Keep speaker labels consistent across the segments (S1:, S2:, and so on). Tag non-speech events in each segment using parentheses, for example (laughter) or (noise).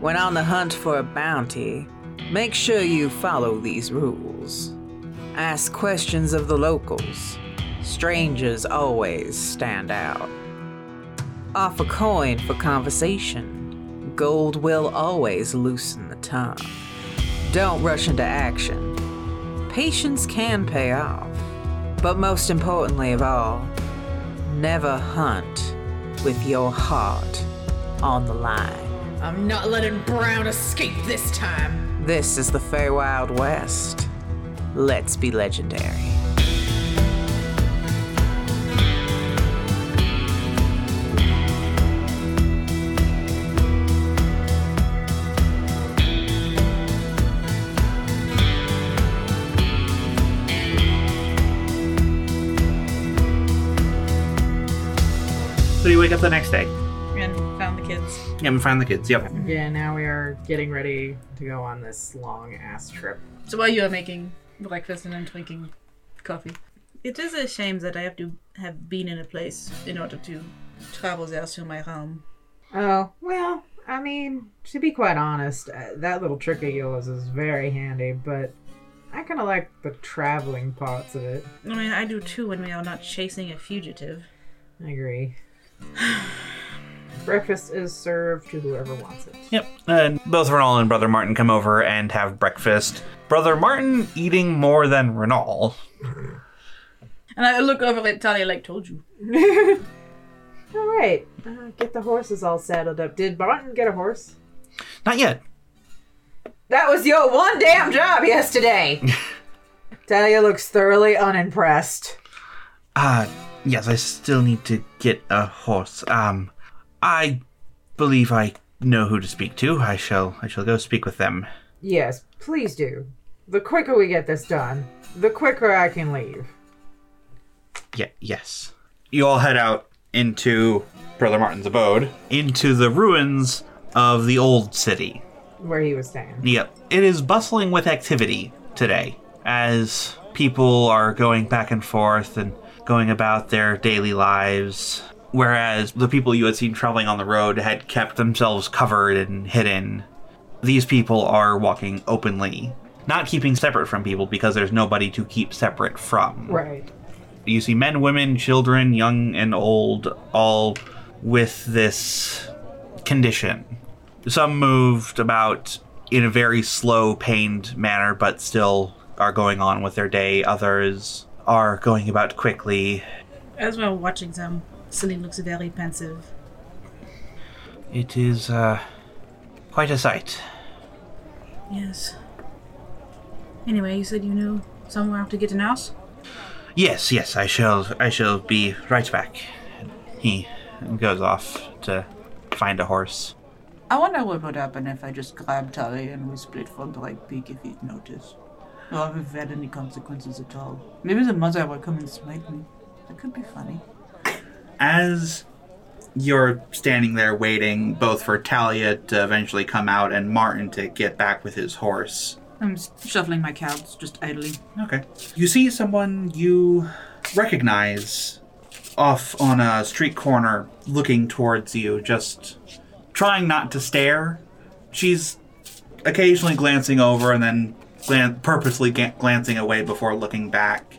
S1: When on the hunt for a bounty, make sure you follow these rules. Ask questions of the locals. Strangers always stand out. Offer coin for conversation. Gold will always loosen the tongue. Don't rush into action. Patience can pay off. But most importantly of all, never hunt with your heart on the line.
S2: I'm not letting Brown escape this time.
S1: This is the Feywild West. Let's be legendary.
S3: So you wake up the next day
S2: And found the kids.
S3: and find the kids. Yep.
S4: Yeah, now we are getting ready to go on this long ass trip.
S2: So while you are making breakfast and I'm drinking coffee, it is a shame that I have to have been in a place in order to travel there to my home.
S4: Oh, well, I mean, to be quite honest, uh, that little trick of yours is very handy, but I kind of like the traveling parts of it.
S2: I mean, I do too when we are not chasing a fugitive.
S4: I agree. (sighs) Breakfast is served to whoever wants it.
S3: Yep. And both Renal and Brother Martin come over and have breakfast. Brother Martin eating more than Renal.
S2: And I look over at Talia like, told you.
S4: All right, uh, get the horses all saddled up. Did Barton get a horse?
S3: Not yet.
S4: That was your one damn job (laughs) yesterday. Talia looks thoroughly unimpressed.
S5: Ah, yes, I still need to get a horse. Um, I believe I know who to speak to. I shall, I shall go speak with them.
S4: Yes, please do. The quicker we get this done, the quicker I can leave.
S5: Yeah, yes,
S3: You all head out into Brother Martin's abode.
S5: into the ruins of the old city.
S4: Where he was staying.
S5: Yep, it is bustling with activity today, as people are going back and forth and going about their daily lives. Whereas the people you had seen traveling on the road had kept themselves covered and hidden these people are walking openly, not keeping separate from people because there's nobody to keep separate from.
S4: Right.
S5: You see men, women, children, young and old, all with this condition. Some moved about in a very slow, pained manner, but still are going on with their day. Others are going about quickly.
S2: As we're watching them, Celine looks very pensive.
S5: It is uh, quite a sight.
S2: Yes. Anyway, you said you knew somewhere to get an house?
S5: Yes, yes, I shall. I shall be right back. He goes off to find a horse.
S6: I wonder what would happen if I just grabbed Tali and we split for Bright Peak if he'd noticed. Or if it had any consequences at all. Maybe the mother would come and smite me. That could be funny.
S5: As you're standing there waiting, both for Talia to eventually come out and Martin to get back with his horse.
S6: I'm s- shuffling my cards just idly.
S5: Okay. You see someone you recognize off on a street corner looking towards you, just trying not to stare. She's occasionally glancing over and then glan- purposely ga- glancing away before looking back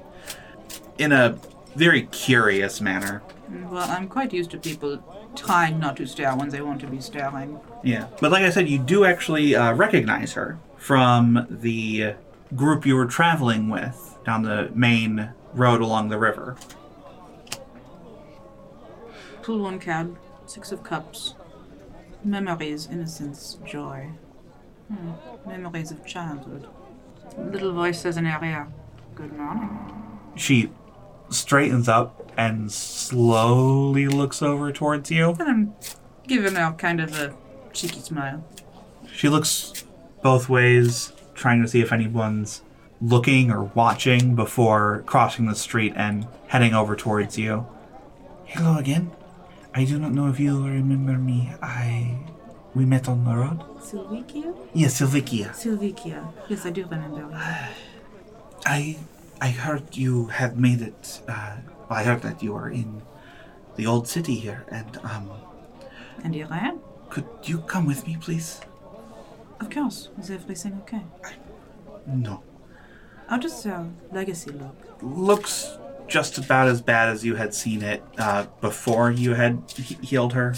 S5: in a very curious manner.
S6: Well, I'm quite used to people trying not to stare when they want to be staring.
S5: Yeah. But like I said, you do actually uh, recognize her from the group you were traveling with down the main road along the river.
S6: Pull one card, six of cups. Memories, innocence, joy. Hmm. Memories of childhood. Little voice says in area. Good morning.
S5: She straightens up and slowly looks over towards you.
S6: And I'm giving out kind of a cheeky smile.
S5: She looks both ways, trying to see if anyone's looking or watching before crossing the street and heading over towards you. Hello again. I do not know if you remember me. I. We met on the road?
S6: Silvikia?
S5: Yes, Silvikia.
S6: Silvikia. Yes, I do remember. you.
S5: I I heard you have made it. Uh, I heard that you are in the old city here, and um,
S6: And here I am.
S5: could you come with me, please?
S6: Of course. Is everything okay?
S5: No.
S6: How does our legacy look?
S5: Looks just about as bad as you had seen it uh, before you had he- healed her.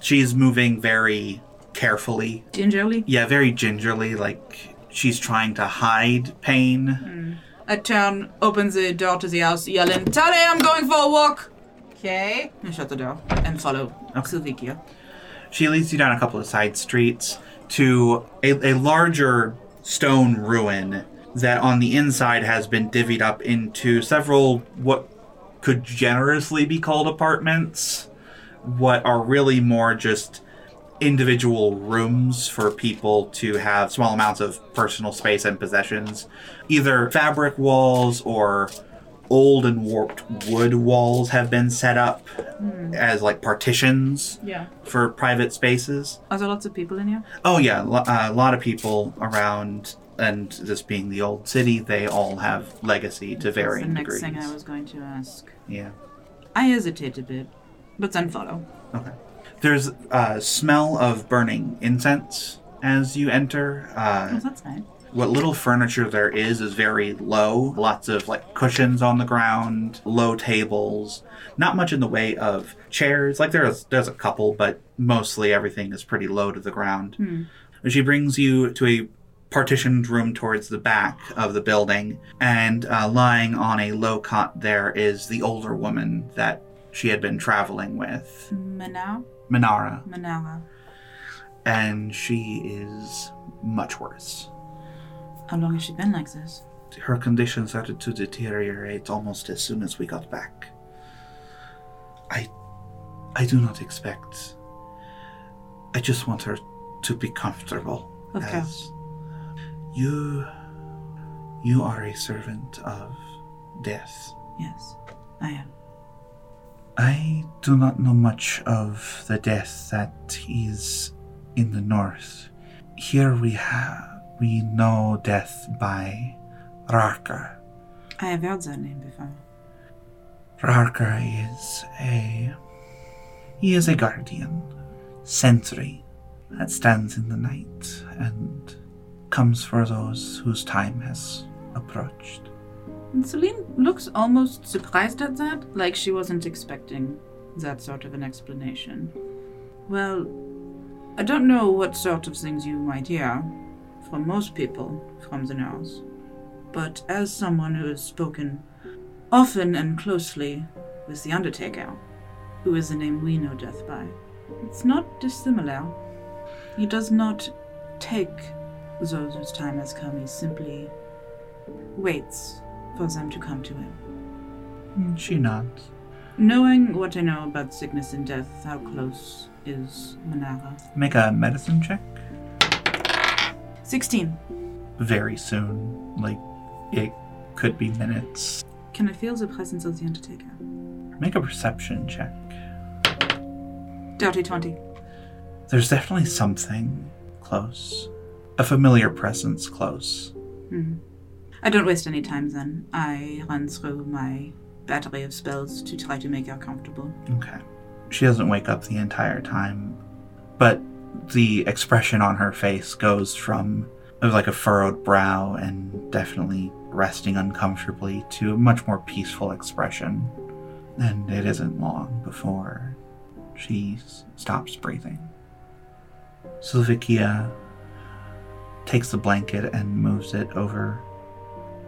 S5: She's moving very carefully.
S6: Gingerly?
S5: Yeah, very gingerly, like she's trying to hide pain.
S6: A town opens the door to the house, yelling, Tade, I'm going for a walk!
S4: Okay.
S6: And shut the door and follow Silvikia.
S5: She leads you down a couple of side streets to a, a larger stone ruin that on the inside has been divvied up into several what could generously be called apartments, what are really more just individual rooms for people to have small amounts of personal space and possessions, either fabric walls or old and warped wood walls have been set up as like partitions
S6: Yeah.
S5: for private spaces.
S6: Are there lots of people in here?
S5: Oh yeah, lo- uh, a lot of people around, and this being the old city, they all have legacy to
S6: That's the
S5: varying
S6: next
S5: degrees.
S6: thing I was going to ask.
S5: Yeah.
S6: I hesitate a bit, but then follow.
S5: Okay. There's a smell of burning incense as you enter.
S6: Oh,
S5: Uh,
S6: that's nice.
S5: what little furniture there is is very low. Lots of like cushions on the ground, low tables. Not much in the way of chairs. Like there's there's a couple, but mostly everything is pretty low to the ground. And She brings you to a partitioned room towards the back of the building, and uh, lying on a low cot there is the older woman that she had been traveling with,
S6: Manau?
S5: Minara,
S6: Manara.
S5: and she is much worse.
S6: How long has she been like this?
S5: her condition started to deteriorate almost as soon as we got back. I I do not expect. I just want her to be comfortable.
S6: Of
S5: as-
S6: course.
S5: You you are a servant of death.
S6: Yes, I am.
S5: I do not know much of the death that is in the north. Here we have we know death by Raka.
S6: I have heard that name before.
S5: Rarker is a. He is a guardian, sentry, that stands in the night and comes for those whose time has approached.
S6: And Celine looks almost surprised at that, like she wasn't expecting that sort of an explanation. Well, I don't know what sort of things you might hear from most people from the North, but as someone who has spoken often and closely with the Undertaker, who is the name we know death by, it's not dissimilar. He does not take those whose time has come, he simply waits for them to come to him.
S5: And She nods.
S6: Knowing what I know about sickness and death, how close is Manara?
S5: Make a medicine check.
S6: 16.
S5: Very soon. Like, it could be minutes.
S6: Can I feel the presence of the Undertaker?
S5: Make a perception check.
S6: Dirty 20.
S5: There's definitely something close. A familiar presence close.
S6: Mm-hmm. I don't waste any time then. I run through my battery of spells to try to make her comfortable.
S5: Okay. She doesn't wake up the entire time, but the expression on her face goes from of like a furrowed brow and definitely resting uncomfortably to a much more peaceful expression. And it isn't long before she s- stops breathing. Sylvikia takes the blanket and moves it over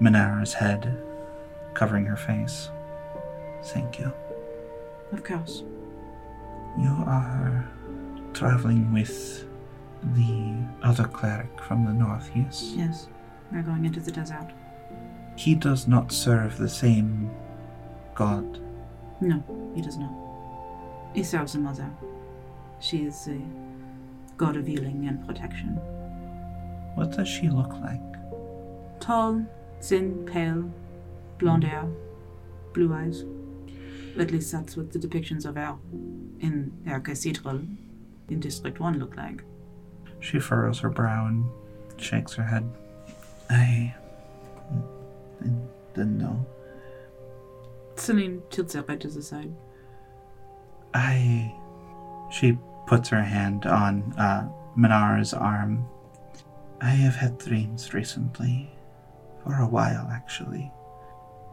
S5: Minara's head, covering her face. Thank you.
S6: Of course.
S5: You are traveling with the other cleric from the north, yes?
S6: Yes. We're going into the desert.
S5: He does not serve the same god.
S6: No, he does not. He serves a mother. She is the god of healing and protection.
S5: What does she look like?
S6: Tall, thin, pale, blonde hair, blue eyes. At least that's what the depictions of her in her cathedral in District 1 look like.
S5: She furrows her brow and shakes her head. I didn't know.
S6: Celine tilts her right to the side.
S5: I. She puts her hand on uh, Minara's arm. I have had dreams recently, for a while actually.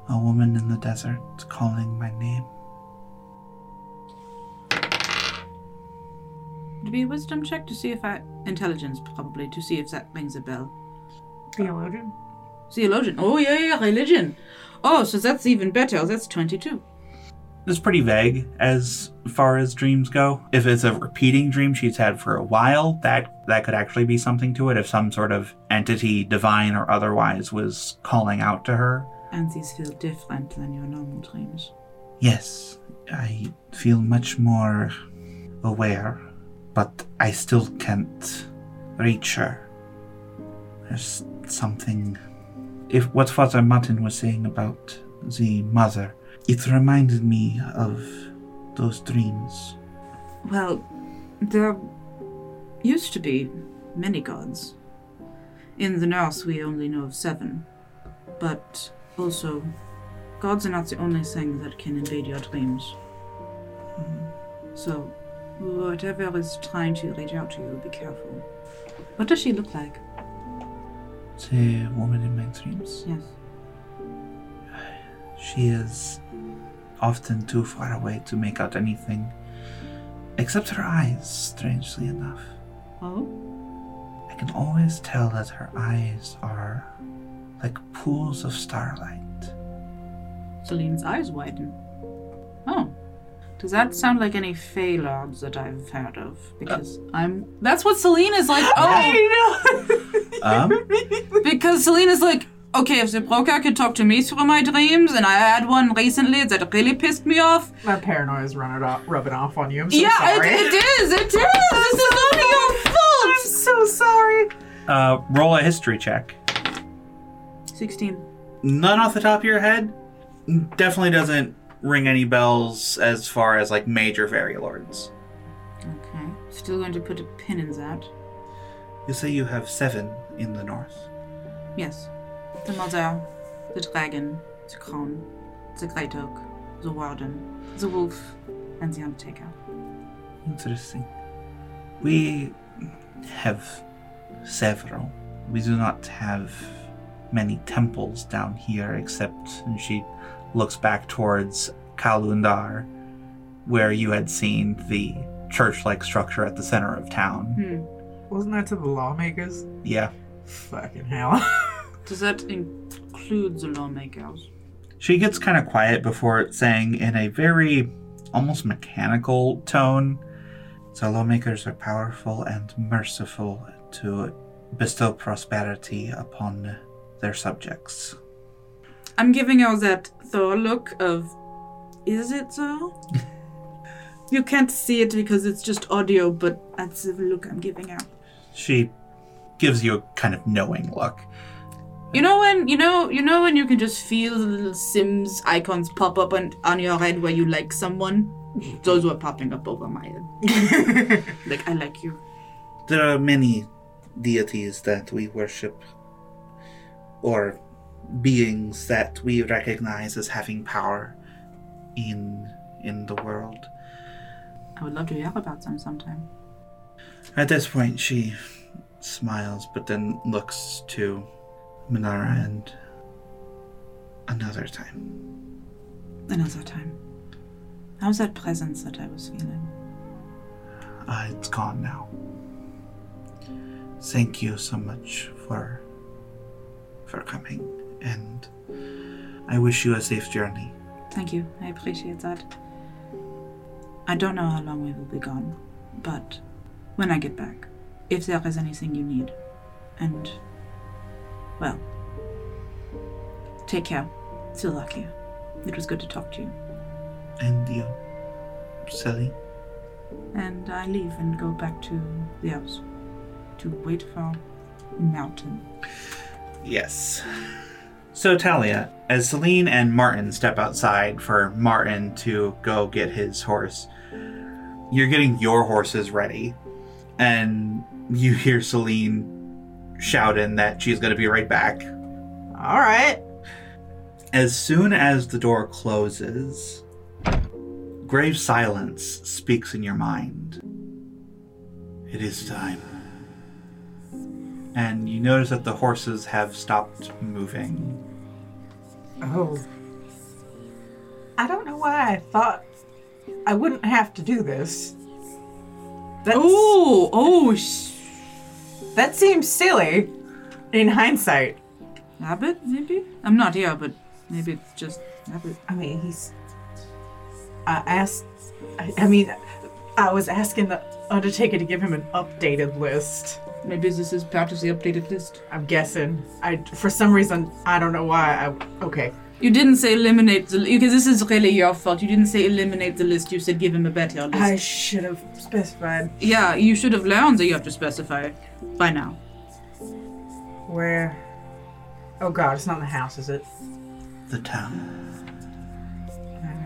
S5: A woman in the desert calling my name.
S6: Would it be a wisdom check to see if I. Intelligence, probably, to see if that rings a bell.
S4: Theologian?
S6: Theologian. Oh, yeah, yeah, religion. Oh, so that's even better. That's 22.
S5: It's pretty vague as far as dreams go. If it's a repeating dream she's had for a while, that that could actually be something to it. If some sort of entity, divine or otherwise, was calling out to her.
S6: And these feel different than your normal dreams.
S5: Yes, I feel much more aware, but I still can't reach her. There's something. If what Father Martin was saying about the mother, it reminded me of those dreams.
S6: Well, there used to be many gods. In the north, we only know of seven. But also, gods are not the only thing that can invade your dreams. Mm, So, whatever is trying to reach out to you, be careful. What does she look like?
S5: The woman in my dreams.
S6: Yes.
S5: She is often too far away to make out anything, except her eyes, strangely enough.
S6: Oh?
S5: I can always tell that her eyes are like pools of starlight.
S6: Celine's eyes widen. Oh. Does that sound like any Fey lords that I've heard of? Because I'm. That's what Celine is like. Oh!
S5: (laughs) Um,
S6: Because Selena's like, okay, if the broker could talk to me through my dreams, and I had one recently that really pissed me off.
S4: (laughs) My paranoia is running off, rubbing off on you. I'm so
S6: yeah, it,
S4: sorry.
S6: it is, it is. This is not your (laughs) fault.
S4: so sorry.
S5: uh, roll a history check.
S6: Sixteen.
S5: None off the top of your head. Definitely doesn't ring any bells as far as like major fairy lords.
S6: Okay. Still going to put a pin in that.
S5: You say you have seven in the north.
S6: Yes. The mother, the dragon, the crown, the great oak, the warden, the wolf, and the undertaker.
S5: Interesting. We have several. We do not have many temples down here, except, and she looks back towards Kalundar, where you had seen the church like structure at the center of town.
S6: Hmm.
S4: Wasn't that to the lawmakers?
S5: Yeah.
S4: Fucking hell.
S6: Does that include the lawmakers?
S5: She gets kind of quiet before saying in a very almost mechanical tone The lawmakers are powerful and merciful to bestow prosperity upon their subjects.
S6: I'm giving her that Thor look of, is it (laughs) so? you can't see it because it's just audio, but that's the look I'm giving her.
S5: She gives you a kind of knowing look.
S6: You know when you know you know when you can just feel the little Sims icons pop up on, on your head where you like (laughs) someone. Those were popping up over my head. (laughs) like I like you.
S5: There are many deities that we worship, or beings that we recognize as having power in in the world.
S6: I would love to hear about them sometime.
S5: At this point, she smiles, but then looks to Minara and another time.
S6: Another time. How's that presence that I was feeling?
S5: Uh, it's gone now. Thank you so much for for coming, and I wish you a safe journey.
S6: Thank you. I appreciate that. I don't know how long we will be gone, but when I get back, if there is anything you need, and Well, take care, Silakia. It was good to talk to you.
S5: And you, Sally.
S6: And I leave and go back to the house to wait for Mountain.
S5: Yes. So, Talia, as Celine and Martin step outside for Martin to go get his horse, you're getting your horses ready, and you hear Celine shouting that she's going to be right back.
S4: All right.
S5: As soon as the door closes, grave silence speaks in your mind. It is time. And you notice that the horses have stopped moving.
S4: Oh. I don't know why I thought I wouldn't have to do this. That's,
S6: Oh, oh, sh-
S4: That seems silly in hindsight.
S6: Abbott, maybe? I'm not here, but maybe it's just Abbott.
S4: I mean, he's. I asked. I, I mean, I was asking the Undertaker to give him an updated list.
S6: Maybe this is part of the updated list.
S4: I'm guessing. I for some reason I don't know why. I okay.
S6: You didn't say eliminate the because this is really your fault. You didn't say eliminate the list. You said give him a better list.
S4: I should have specified
S6: yeah, you should have learned that you have to specify by now.
S4: where. Oh God, it's not in the house, is it?
S5: The town.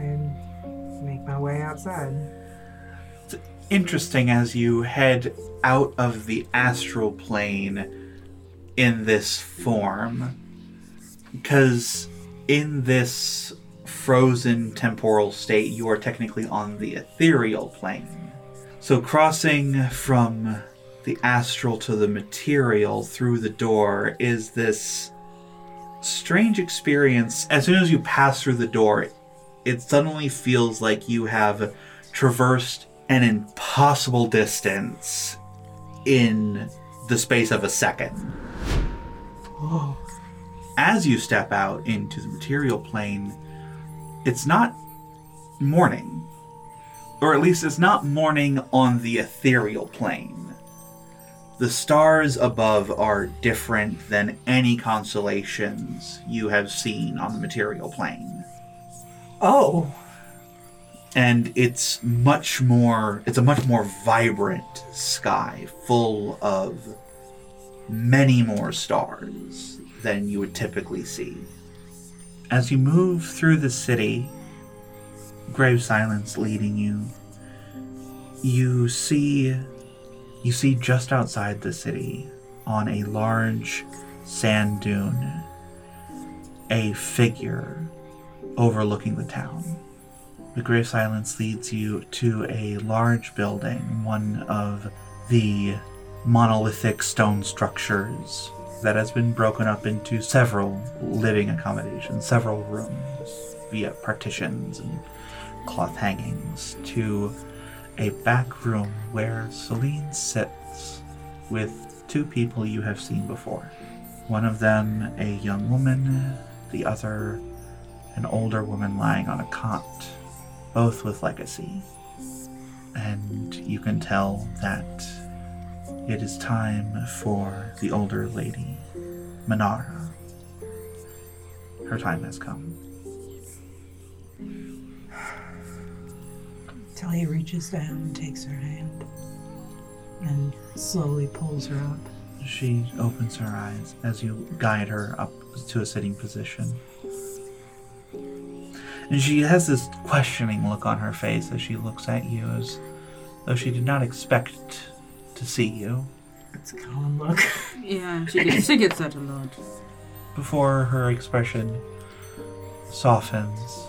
S4: I make my way outside.
S5: Interesting as you head out of the astral plane in this form, because in this frozen temporal state, you are technically on the ethereal plane. So, crossing from the astral to the material through the door is this strange experience. As soon as you pass through the door, it suddenly feels like you have traversed an impossible distance in the space of a second. As you step out into the material plane, it's not morning. Or at least it's not morning on the ethereal plane. The stars above are different than any constellations you have seen on the material plane
S4: Oh,
S5: and it's much more it's a much more vibrant sky full of many more stars than you would typically see as you move through the city grave silence leading you you see you see just outside the city on a large sand dune a figure overlooking the town the grave silence leads you to a large building, one of the monolithic stone structures that has been broken up into several living accommodations, several rooms via partitions and cloth hangings, to a back room where Celine sits with two people you have seen before. One of them a young woman, the other an older woman lying on a cot both with legacy. And you can tell that it is time for the older lady, Minara. Her time has come.
S4: Tilly reaches down and takes her hand and slowly pulls her up.
S5: She opens her eyes as you guide her up to a sitting position. And she has this questioning look on her face as she looks at you as though she did not expect to see you.
S4: It's a common look. (laughs)
S6: Yeah, she gets, she gets that a lot.
S5: before her expression softens.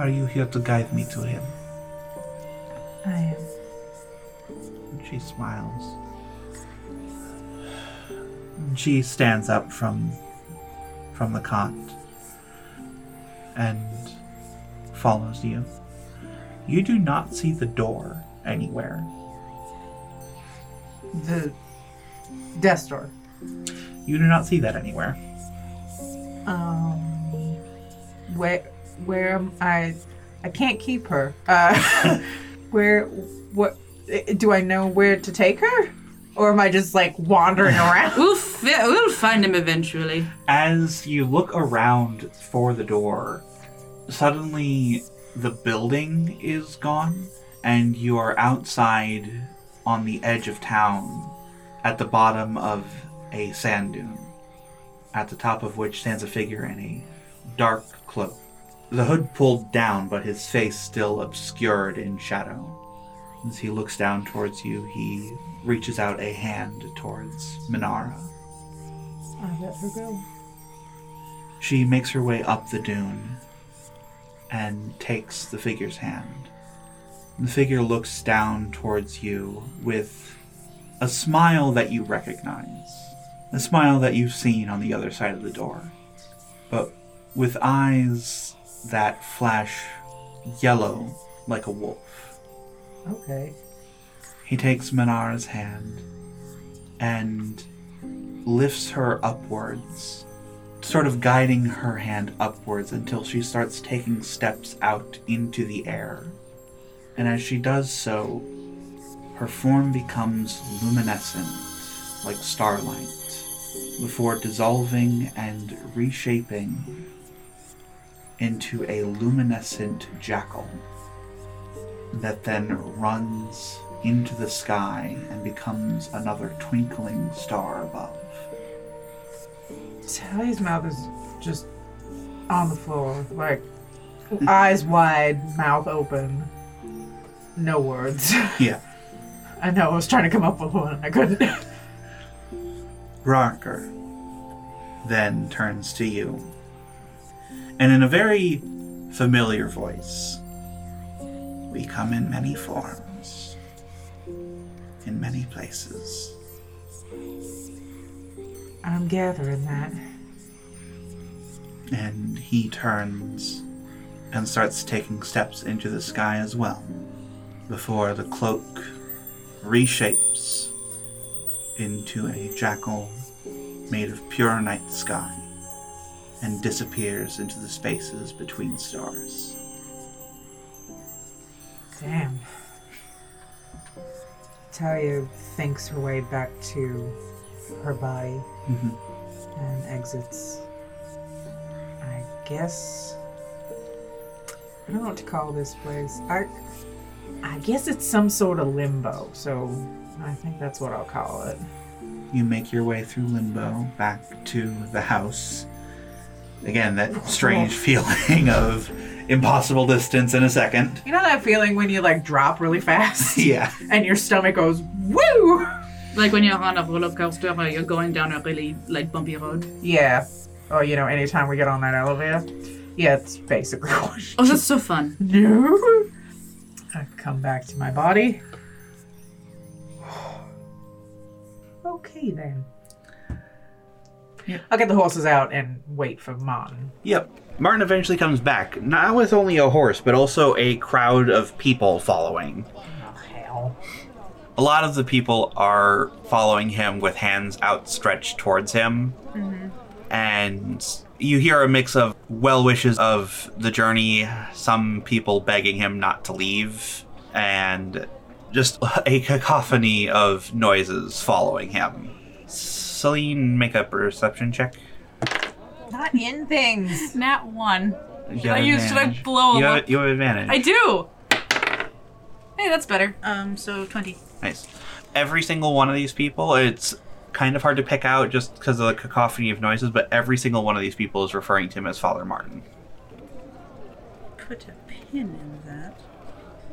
S5: Are you here to guide me to him?
S4: I am.
S5: And she smiles. And she stands up from from the cot and follows you. You do not see the door anywhere.
S4: The death door.
S5: You do not see that anywhere.
S4: Um, where, where am I? I can't keep her. Uh, (laughs) where, what? eh, Do I know where to take her, or am I just like wandering around?
S6: Oof. fi- we'll find him eventually.
S5: As you look around for the door, suddenly the building is gone, and you are outside on the edge of town at the bottom of a sand dune, at the top of which stands a figure in a dark cloak. The hood pulled down, but his face still obscured in shadow. As he looks down towards you, he reaches out a hand towards Minara.
S4: I let her go.
S5: She makes her way up the dune and takes the figure's hand. The figure looks down towards you with a smile that you recognize, a smile that you've seen on the other side of the door, but with eyes that flash yellow like a wolf.
S4: Okay.
S5: He takes Minara's hand and lifts her upwards, sort of guiding her hand upwards until she starts taking steps out into the air. And as she does so, her form becomes luminescent, like starlight, before dissolving and reshaping into a luminescent jackal that then runs into the sky and becomes another twinkling star above.
S4: Sally's mouth is just on the floor, like eyes wide, mouth open. No words. (laughs)
S5: Yeah.
S4: I know, I was trying to come up with one and I couldn't. (laughs)
S5: Rocker then turns to you and in a very familiar voice we come in many forms in many places
S4: I'm gathering that.
S5: and he turns and starts taking steps into the sky as well before the cloak reshapes into a jackal made of pure night sky and disappears into the spaces between stars.
S4: Damn. Talia thinks her way back to her body
S5: Mhm.
S4: and exits. I guess. I don't know what to call this place. I, I guess it's some sort of limbo, so I think that's what I'll call it.
S5: You make your way through limbo back to the house. Again, that strange (laughs) feeling of impossible distance in a second. (laughs)
S4: You know that feeling when you like drop really fast
S5: Yeah.
S4: and your stomach goes woo?
S6: Like when you're on a roller coaster or you're going down a really like bumpy road.
S4: Yeah. Or Oh, you know, anytime we get on that elevator. Yeah, it's basically (laughs) what
S6: Oh, that's so
S4: (laughs)
S6: fun.
S4: No. I come back to my body. (sighs) okay then. I'll get the horses out and wait for Martin.
S5: Yep. Martin eventually comes back, not with only a horse, but also a crowd of people following.
S4: Hell.
S5: A lot of the people are following him with hands outstretched towards him. And you hear a mix of well wishes of the journey, some people begging him not to leave, and just (laughs) a cacophony of noises following him. Celine, make a perception check.
S7: Not in things.
S8: Nat one.
S5: You
S8: Should
S5: have
S8: I use? Should I
S5: advantage.
S8: blow
S5: you
S8: him
S5: have,
S8: up?
S5: you have advantage.
S8: I do. Hey, that's better.
S2: Um, so 20.
S5: Nice. Every single one of these people, it's kind of hard to pick out just because of the cacophony of noises, but every single one of these people is referring to him as Father Martin.
S2: Put a pin in that.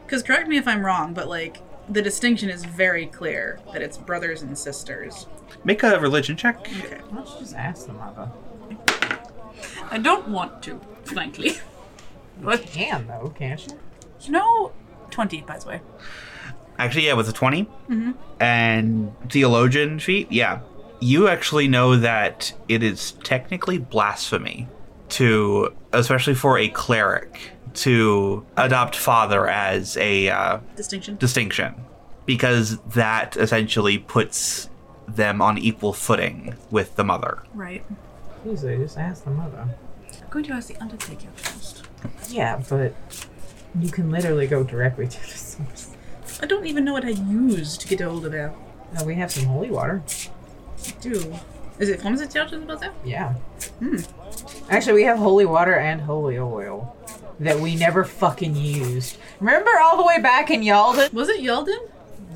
S2: Because correct me if I'm wrong, but like, the distinction is very clear that it's brothers and sisters.
S5: Make a religion check.
S4: Why don't you just ask the mother?
S8: I don't want to,
S2: (laughs)
S8: frankly.
S4: You can though, can't you?
S8: No, twenty by the way.
S5: Actually, yeah, with a 20
S8: Mm-hmm.
S5: and theologian feat, yeah. You actually know that it is technically blasphemy to, especially for a cleric, to adopt father as a uh,
S2: Distinction?
S5: distinction because that essentially puts them on equal footing with the mother.
S8: Right.
S4: Usually just ask the mother.
S8: I'm going to ask the Undertaker first.
S4: Yeah, but you can literally go directly to the source.
S2: I don't
S4: Oh,
S2: even know what I use to get a hold of that.
S4: Now we have some holy water.
S2: Do.
S9: Is it from the church of the Bazaar?
S4: Yeah. Actually, we have holy water and holy oil that we never fucking used. Remember all the way back in Yalden?
S9: Was it Yalden?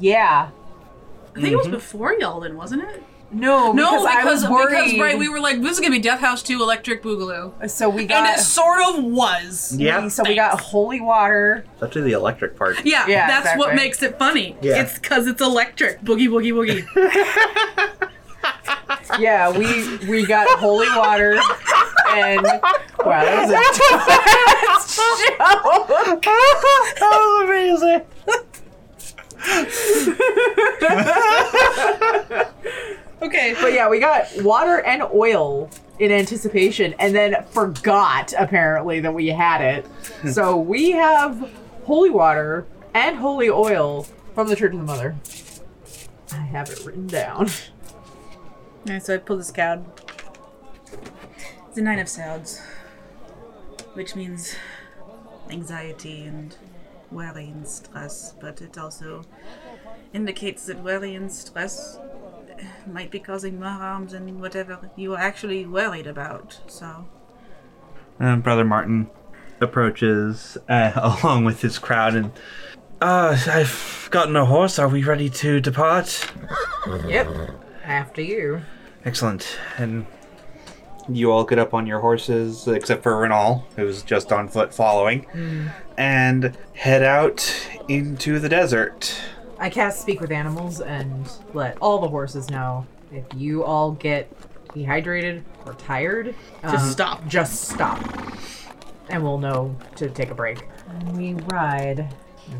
S4: Yeah.
S6: I think it was before Yalden, wasn't it?
S4: No,
S6: No, because,
S4: I was worried.
S6: because right, we were like, this is gonna be Death House 2 Electric Boogaloo.
S4: so we
S6: And
S4: got
S6: it sort of was.
S5: Yeah,
S4: so we got holy water.
S5: it's actually the electric part.
S6: Yeah,
S4: Yeah,
S6: that's what
S4: exactly.
S6: makes it funny.
S5: Yeah.
S6: It's because it's electric. Boogie, boogie,
S9: (laughs)
S6: boogie.
S4: Yeah, we we got holy water and wow, that was a
S5: (laughs)
S4: (laughs)
S5: that was amazing.
S4: Okay, but yeah, we got water and oil in anticipation and then forgot apparently that we had it. so we have holy water and holy oil from the Church of the Mother. I have it written down.
S9: Alright, so I pull this card. It's a nine of swords, which means anxiety and worry and stress, but it also indicates that worry and stress might be causing more harm than whatever you are actually worried about. So,
S5: And Brother Martin approaches uh, (laughs) along with his crowd and. Uh, I've gotten a horse. Are we ready to depart?
S4: Yep. After you.
S5: Excellent. And you all get up on your horses, except for Renal, who's just on foot following, and head out into the desert.
S4: I cast Speak with Animals and let all the horses know if you all get dehydrated or tired, just
S6: stop.
S4: Just stop. And we'll know to take a break. And we ride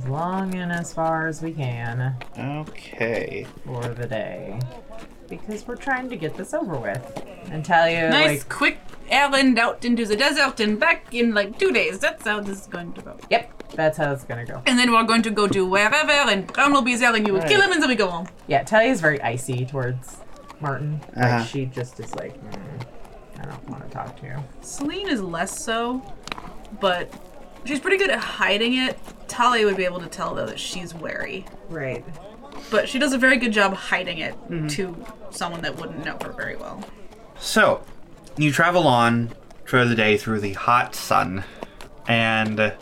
S4: as long and as far as we can
S5: Okay.
S4: for the day. Because we're trying to get this over with. And Talia,
S6: nice,
S4: like,
S6: quick errand out into the desert and back in like two days. That's how this is going to go.
S4: yep, that's how it's gonna go.
S6: And then we're going to go to wherever, and Brown will be there, and you will kill him, and then we go home.
S4: Yeah, Talia's very icy towards Martin. Like,
S5: Uh-huh.
S4: she just is like, "Mm, I don't want to talk to you.
S6: Celine is less so, but she's pretty good at hiding it. Talia would be able to tell though that she's wary,
S4: Right.
S6: but she does a very good job hiding it to someone that wouldn't know her very well.
S5: So, you travel on for the day through the hot sun, and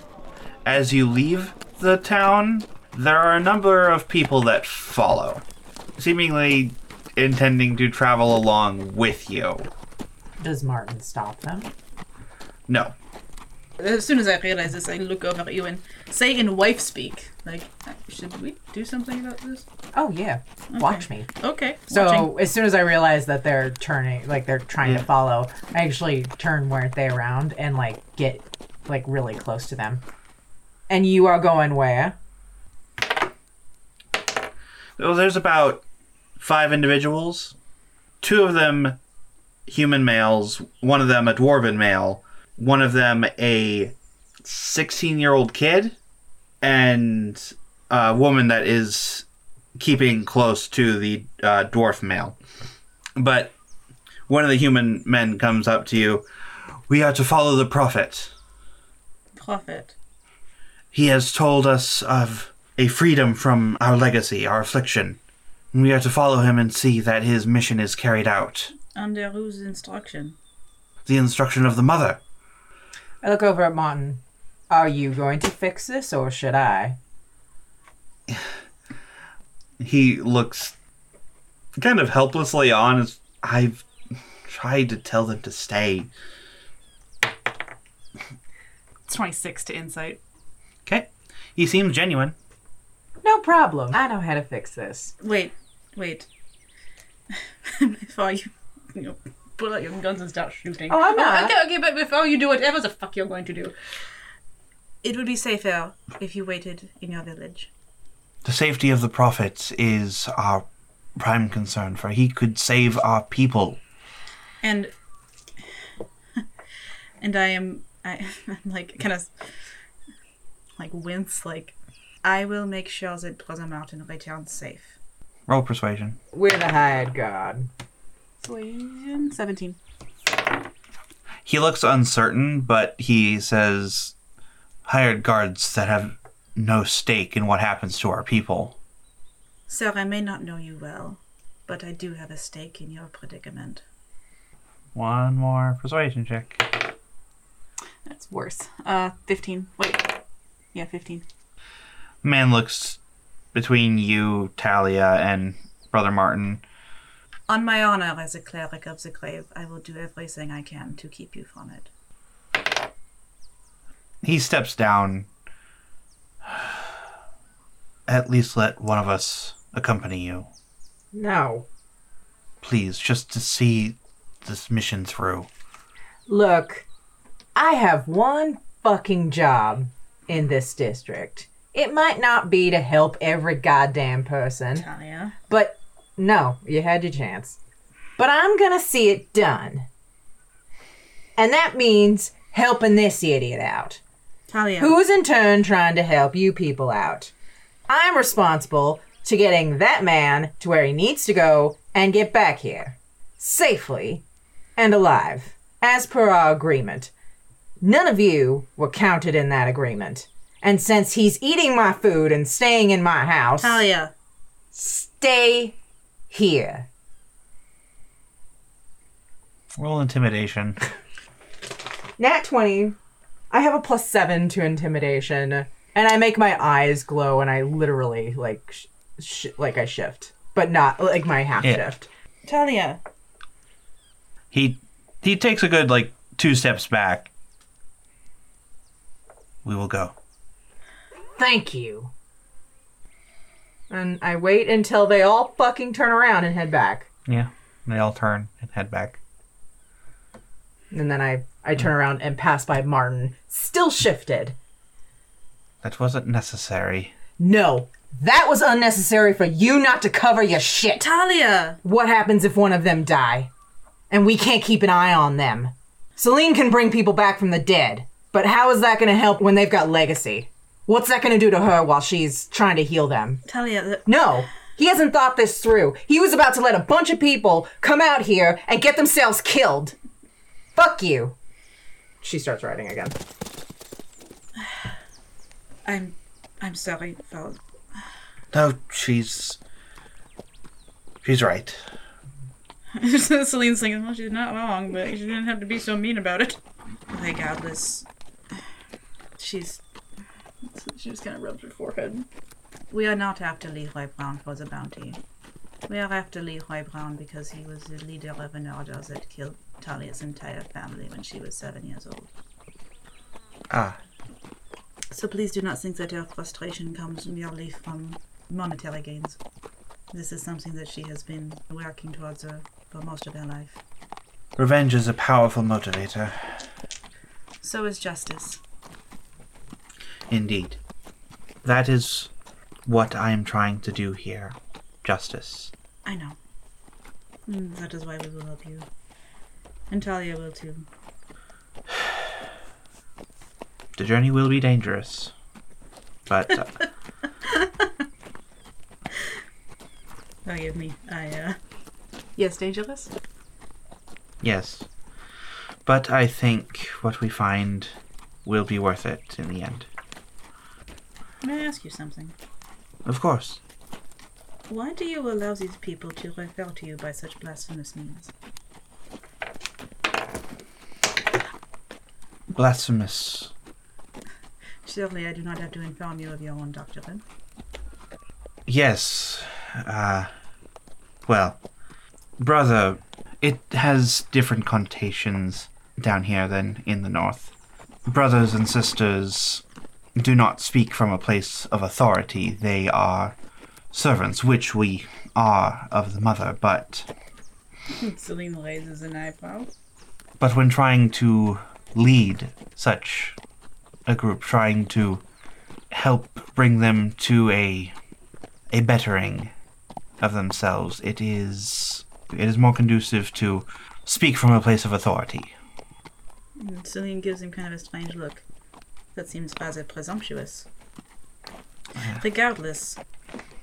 S5: as you leave the town, there are a number of people that follow, seemingly intending to travel along with you.
S4: Does Martin stop them?
S5: No,
S6: As soon as I realize this, I look over at you and say in wife speak, like, should we do something about this?
S4: Oh yeah, watch me.
S6: Okay.
S4: So
S6: watching.
S4: as soon as I realize that they're turning, like they're trying
S5: Yeah.
S4: to follow, I actually turn, weren't they around, and like get like really close to them. And you are going where?
S5: Well, there's about five individuals. Two of them human males, one of them a dwarven male, one of them a 16 year old kid, and a woman that is keeping close to the uh, dwarf male. But one of the human men comes up to you. We are to follow the prophet.
S9: profit.
S5: He has told us of a freedom from our legacy, our affliction. and We are to follow him and see that his mission is carried out.
S9: Under whose instruction?
S5: The instruction of the mother.
S4: I look over at Martin. Are you going to fix this, or should I?
S5: He looks kind of helplessly on. as- I've tried to tell them to stay.
S6: It's 26 to insight.
S5: Okay. He seems genuine.
S4: No problem. I know how to fix this.
S9: Wait, wait. (laughs) before you, you know, pull out your guns and start shooting.
S4: Oh, I'm not.
S6: Okay, okay, but before you do whatever the fuck you're going to do,
S9: It would be safer if you waited in your village.
S5: The safety of the prophet is our prime concern, for he could save our people.
S9: and and I am I, (laughs) I'm like kind of like wince like I will make sure that Brother Martin returns safe.
S5: Roll persuasion.
S4: We're the hired god.
S6: 17.
S5: He looks uncertain, but he says, hired guards that have no stake in what happens to our people.
S9: Sir, I may not know you well, but I do have a stake in your predicament.
S10: One more persuasion check.
S6: That's worse. Uh, 15. Wait. Yeah, 15.
S5: Man looks between you, Talia, and Brother Martin.
S6: On my honor as a cleric of the grave, I will do everything I can to keep you from it.
S5: He steps down. (sighs) At least let one of us accompany you.
S4: No.
S5: Please, just to see this mission through.
S4: Look, I have one fucking job in this district. It might not be to help every goddamn person,
S11: Talia.
S4: but no, you had your chance. But I'm gonna see it done. And that means helping this idiot out
S11: Talia.
S4: who is in turn trying to help you people out. I'm responsible to getting that man to where he needs to go and get back here safely and alive, as per our agreement. None of you were counted in that agreement. And since he's eating my food and staying in my house,
S11: Talia.
S4: stay here.
S5: Roll intimidation.
S4: Nat 20. I have a plus seven to intimidation, and I make my eyes glow, and I literally like, sh- sh- like I shift, but not like my half
S5: Yeah.
S4: shift.
S11: Talia.
S5: He he takes a good like two steps back. We will go.
S4: Thank you. And I wait until they all fucking turn around and head back,
S5: Yeah. They all turn and head back.
S4: and then I I turn around and pass by Martin, still shifted.
S5: That wasn't necessary.
S4: No, that was unnecessary for you not to cover your shit.
S11: Talia.
S4: what happens if one of them die and we can't keep an eye on them celine can bring people back from the dead but how is that going to help when they've got legacy what's that going to do to her while she's trying to heal them
S11: Talia. th-
S4: no he hasn't thought this through he was about to let a bunch of people come out here and get themselves killed fuck you she starts writing again
S11: I'm. I'm sorry for.
S5: No, she's she's right.
S11: Celine's thinking, well, she's not wrong, but she didn't have to be so mean about it. Regardless,
S6: She's. She just kind of rubs her forehead. We are not after Leroy Brown for the bounty. We are after Leroy Brown because he was the leader of an order that killed Talia's entire family when she was seven years old.
S5: Ah,
S6: So please do not think that her frustration comes merely from monetary gains. This is something that she has been working towards uh, for most of her life.
S5: revenge is a powerful motivator.
S6: So is justice.
S5: Indeed. That is what I am trying to do here. Justice.
S6: I know. Mm, That is why we will help you. And Talia will too.
S5: The journey will be dangerous. But uh,
S11: forgive me. I, uh.
S6: Yes, dangerous?
S5: yes. But I think what we find will be worth it in the end.
S11: May I ask you something?
S5: Of course.
S11: Why do you allow these people to refer to you by such blasphemous names?
S5: Blasphemous.
S6: Surely I do not have to inform you of your own doctrine. (laughs)
S5: Yes. Uh, well, brother, it has different connotations down here than in the north. Brothers and sisters do not speak from a place of authority. They are servants, which we are of the mother, but
S11: Celine raises an eyebrow.
S5: but when trying to lead such a group, trying to help bring them to a a bettering of themselves, it is it is more conducive to speak from a place of authority.
S11: And Celine gives him kind of a strange look. That seems rather presumptuous. Regardless,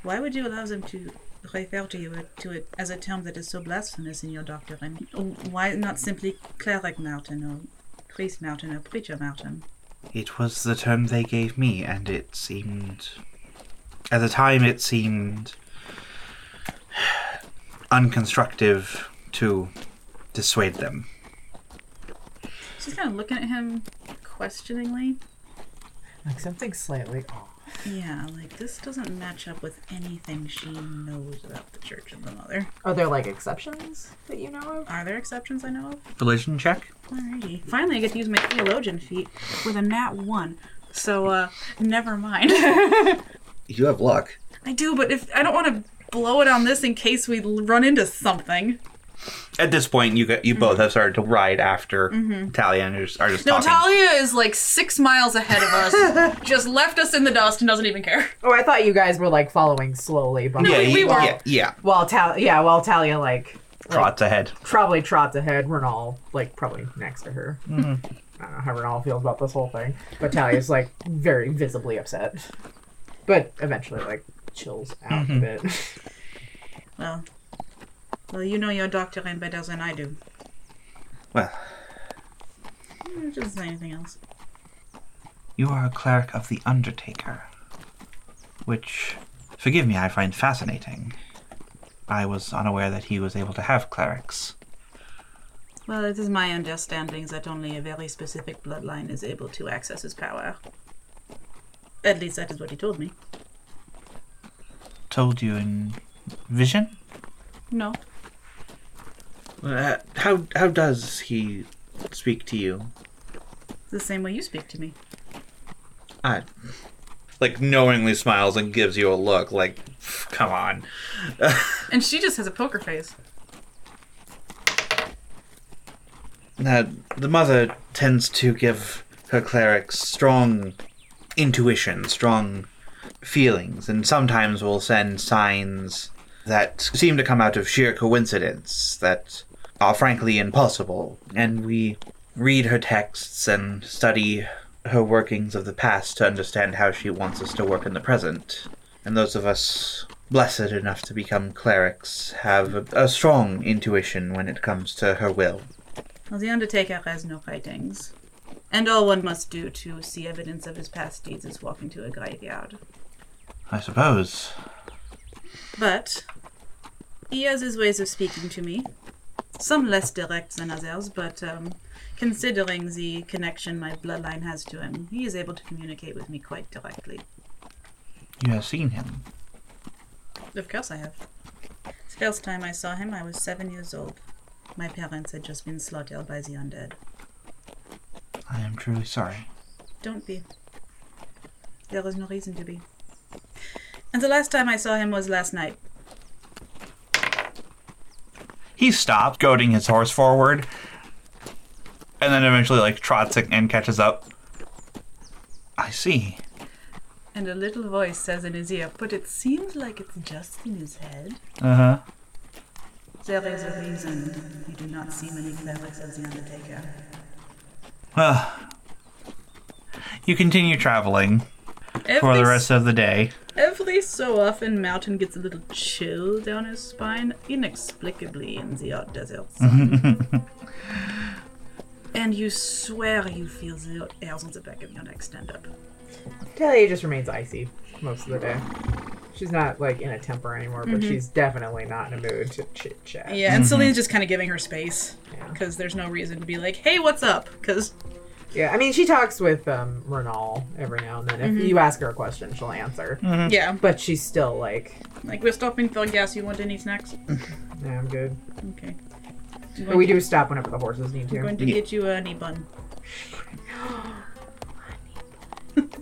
S11: why would you allow them to refer to you to it as a term that is so blasphemous in your doctrine? Why not simply cleric Martin or priest Martin or preacher Martin?
S5: It was the term they gave me, and it seemed at the time it seemed (sighs) unconstructive to dissuade them.
S6: She's kind of looking at him questioningly.
S4: Like something slightly off.
S6: Yeah, like this doesn't match up with anything she knows about the Church of the Mother.
S4: Are there like exceptions that you know of?
S6: Are there exceptions I know of?
S5: Religion check.
S6: Alrighty. Finally, I get to use my theologian feet with a nat one. So, uh, never mind. (laughs)
S12: You have luck.
S6: I do, but if I don't want to blow it on this in case we l- run into something.
S5: At this point, you got, you both have started to ride after Talia and are just, are just
S6: Mm-hmm. No,
S5: talking.
S6: Talia is like six miles ahead of (laughs) us, just left us in the dust and doesn't even care.
S4: Oh, I thought you guys were like following slowly, but
S5: yeah,
S6: we- we
S5: you-
S6: were.
S5: yeah, yeah.
S4: while Tal, yeah, while Talia like
S5: Trots ahead.
S4: probably trots ahead. Renal like probably next to her. I don't know how Renal feels about this whole thing, but Talia's like very visibly upset, but eventually like chills out a bit.
S6: Well, well, you know your doctor and better than I do.
S5: Well,
S6: Mm, Just say anything else.
S5: you are a cleric of the Undertaker, which, forgive me, I find fascinating. I was unaware that he was able to have clerics.
S6: Well, it is my understanding that only a very specific bloodline is able to access his power. At least that is what he told me.
S5: Told you in vision.
S6: No.
S5: Uh, how how does he speak to you?
S6: The same way you speak to me.
S5: I like knowingly smiles and gives you a look like, "Pff, come on.
S6: And she just has a poker face.
S5: Now, the mother tends to give her clerics strong intuition, strong feelings, and sometimes will send signs that seem to come out of sheer coincidence, that are frankly impossible. And we read her texts and study her workings of the past to understand how she wants us to work in the present. And those of us blessed enough to become clerics have a, a strong intuition when it comes to her will.
S6: Well, the Undertaker has no writings. And all one must do to see evidence of his past deeds is walk into a graveyard.
S5: I suppose.
S6: But he has his ways of speaking to me, some less direct than others, but um, considering the connection my bloodline has to him, he is able to communicate with me quite directly.
S5: You have seen him.
S6: Of course, I have. The first time I saw him, I was seven years old. My parents had just been slaughtered by the undead.
S5: I am truly sorry.
S6: Don't be. There is no reason to be. And the last time I saw him was last night.
S13: He stopped, goading his horse forward, and then eventually like trots and catches up.
S5: I see.
S6: And a little voice says in his ear, but it seems like it's just in his head.
S13: Uh huh.
S6: There is a reason you do not see many clerics of the Undertaker.
S13: Well, you continue traveling
S6: Every,
S13: for the rest of the day.
S6: every so often, Mountain gets a little chill down his spine, inexplicably in the hot deserts. (laughs) and you swear you feel the hot airs on the back of your neck stand up.
S4: Talia just remains icy most of the day. She's not like in a temper anymore, but she's definitely not in a mood to chit chat.
S6: Yeah, and Celine's just kind of giving her space
S4: Yeah.
S6: because there's no reason to be like, "Hey, what's up?" Because
S4: Yeah, I mean, she talks with um, Renal every now and then. If you ask her a question, she'll answer.
S6: yeah,
S4: But she's still like,
S6: like we're stopping for gas. You want any snacks?
S4: "Nah, I'm good.
S6: Okay.
S4: But we do stop whenever the horses need
S6: I'm
S4: to.
S6: going to get you a knee (gasps) bun.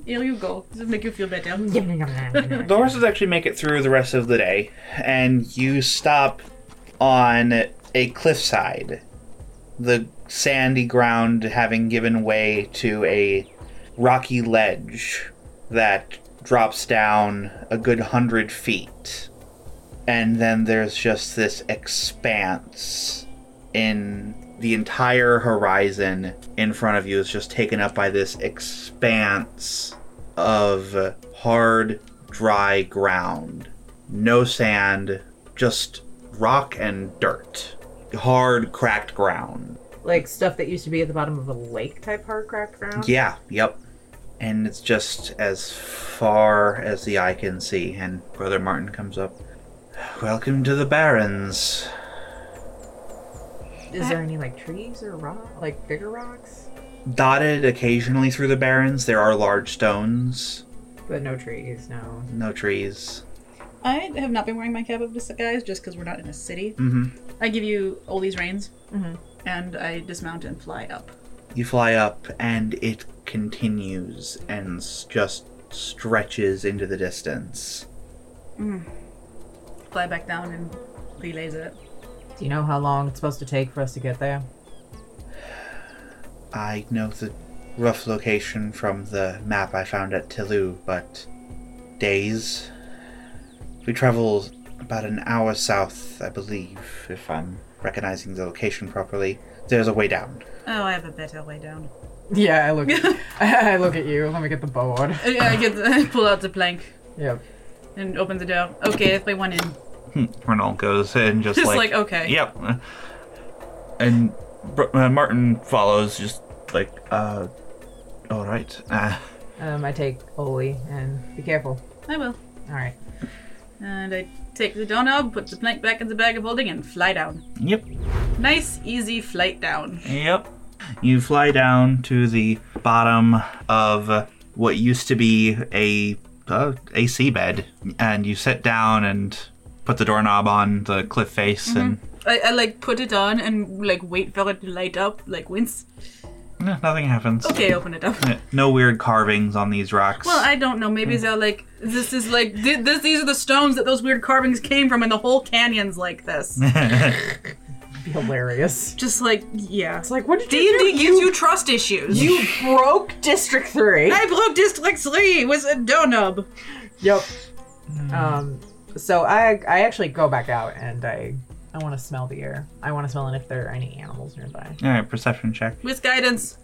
S6: Here you go. This will make you feel better.
S4: Yum-yum-yum-yum-yum.
S5: The horses actually make it through the rest of the day, and you stop on a cliffside. The sandy ground having given way to a rocky ledge that drops down a good hundred feet. And then there's just this expanse in the entire horizon in front of you is just taken up by this expanse of hard, dry ground. No sand, just rock and dirt. Hard, cracked ground.
S4: like stuff that used to be at the bottom of a lake type hard cracked ground.
S5: Yeah, yep. And it's just as far as the eye can see. And Brother Martin comes up. Welcome to the Barrens.
S4: Is there any like trees or rock, like bigger rocks?
S5: Dotted occasionally through the barrens, there are large stones,
S4: But no trees, no.
S5: no trees.
S6: I have not been wearing my cap up disguise just because we're not in a city.
S5: hmm
S6: I give you all these reins, and I dismount and fly up.
S5: You fly up, and it continues and s- just stretches into the distance.
S6: Fly back down and relays it.
S4: Do you know how long it's supposed to take for us to get there?
S5: I know the rough location from the map I found at Tulu, but days. We travel about an hour south, I believe, if I'm recognizing the location properly. There's a way down.
S6: Oh, I have a better way down.
S4: (laughs) Yeah, I look. (laughs) I look at you. Let me get the board.
S6: (laughs) I, I get the, (laughs) pull out the plank
S4: Yep.
S6: and open the door. Okay, if I went in,
S14: Renal Hmm. goes in just,
S6: just
S14: like,
S6: like, okay.
S14: yep. And Br- uh, Martin follows, just like, uh, all right. Uh,
S4: Um, I take Oli and be careful.
S6: I will.
S4: All right.
S6: And I take the doorknob, put the plank back in the bag of holding, and fly down.
S5: Yep.
S6: Nice, easy flight down.
S5: Yep. You fly down to the bottom of what used to be a uh, a seabed, and you sit down and put the doorknob on the cliff face,
S6: Mm-hmm.
S5: and
S6: I, I like put it on and like wait for it to light up, like wince.
S5: eh, nothing happens.
S6: Okay, open it up.
S5: Eh, No weird carvings on these rocks.
S6: Well, I don't know. Maybe they're like this is like thi- this. These are the stones that those weird carvings came from, and the whole canyon's like this.
S5: (laughs)
S4: Be hilarious.
S6: Just like yeah.
S4: (laughs) It's like, what did
S6: D
S4: you
S6: and D
S4: do?
S6: gives you trust issues.
S4: You broke District Three.
S6: I broke District Three with a doorknob.
S4: (laughs) Yep. Um. So I I actually go back out and I I want to smell the air. I want to smell and if there are any animals nearby.
S5: All right, perception check.
S6: With guidance,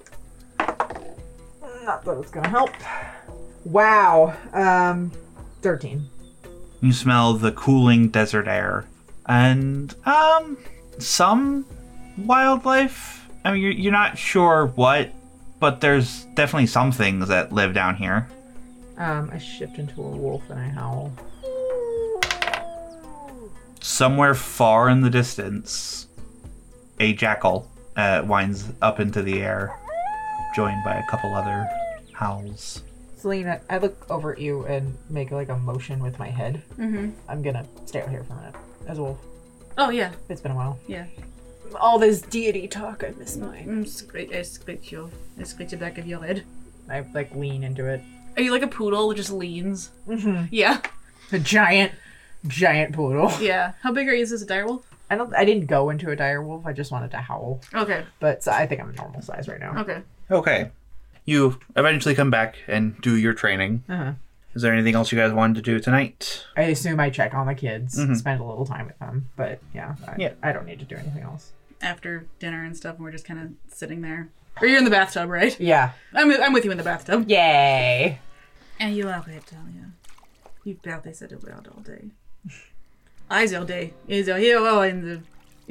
S4: Not that it's gonna help. Wow. Um. Thirteen.
S5: You smell the cooling desert air, and um, some wildlife. I mean, you're, you're not sure what, but there's definitely some things that live down here.
S4: Um. I shift into a wolf and I howl.
S5: somewhere far in the distance, a jackal uh, winds up into the air, joined by a couple other howls.
S4: Selena, I look over at you and make like a motion with my head. Mm-hmm. I'm gonna stay out here for a minute as a wolf.
S6: oh yeah,
S4: It's been a while.
S6: yeah.
S4: All this deity talk, I miss mine.
S6: Mm, scra- I scratch your, I scratch the back of your head.
S4: I like lean into it.
S6: Are you like a poodle that just leans? Mm-hmm. Yeah,
S4: A giant, giant poodle.
S6: yeah. How big are you? Is this a direwolf?
S4: I don't. I didn't go into a dire wolf. I just wanted to howl.
S6: Okay,
S4: But so I think I'm normal size right now.
S6: okay.
S5: Okay. You eventually come back and do your training.
S4: Uh-huh.
S5: Is there anything else you guys wanted to do tonight?
S4: I assume I check on the kids, spend a little time with them. But yeah, I,
S5: Yeah.
S4: I don't need to do anything else.
S6: After dinner and stuff, and we're just kind of sitting there. Or you're in the bathtub, right?
S4: Yeah.
S6: I'm, I'm with you in the bathtub.
S4: Yay.
S6: And you are right, Talia. You barely said a word all day. Either day is a hero oh, in the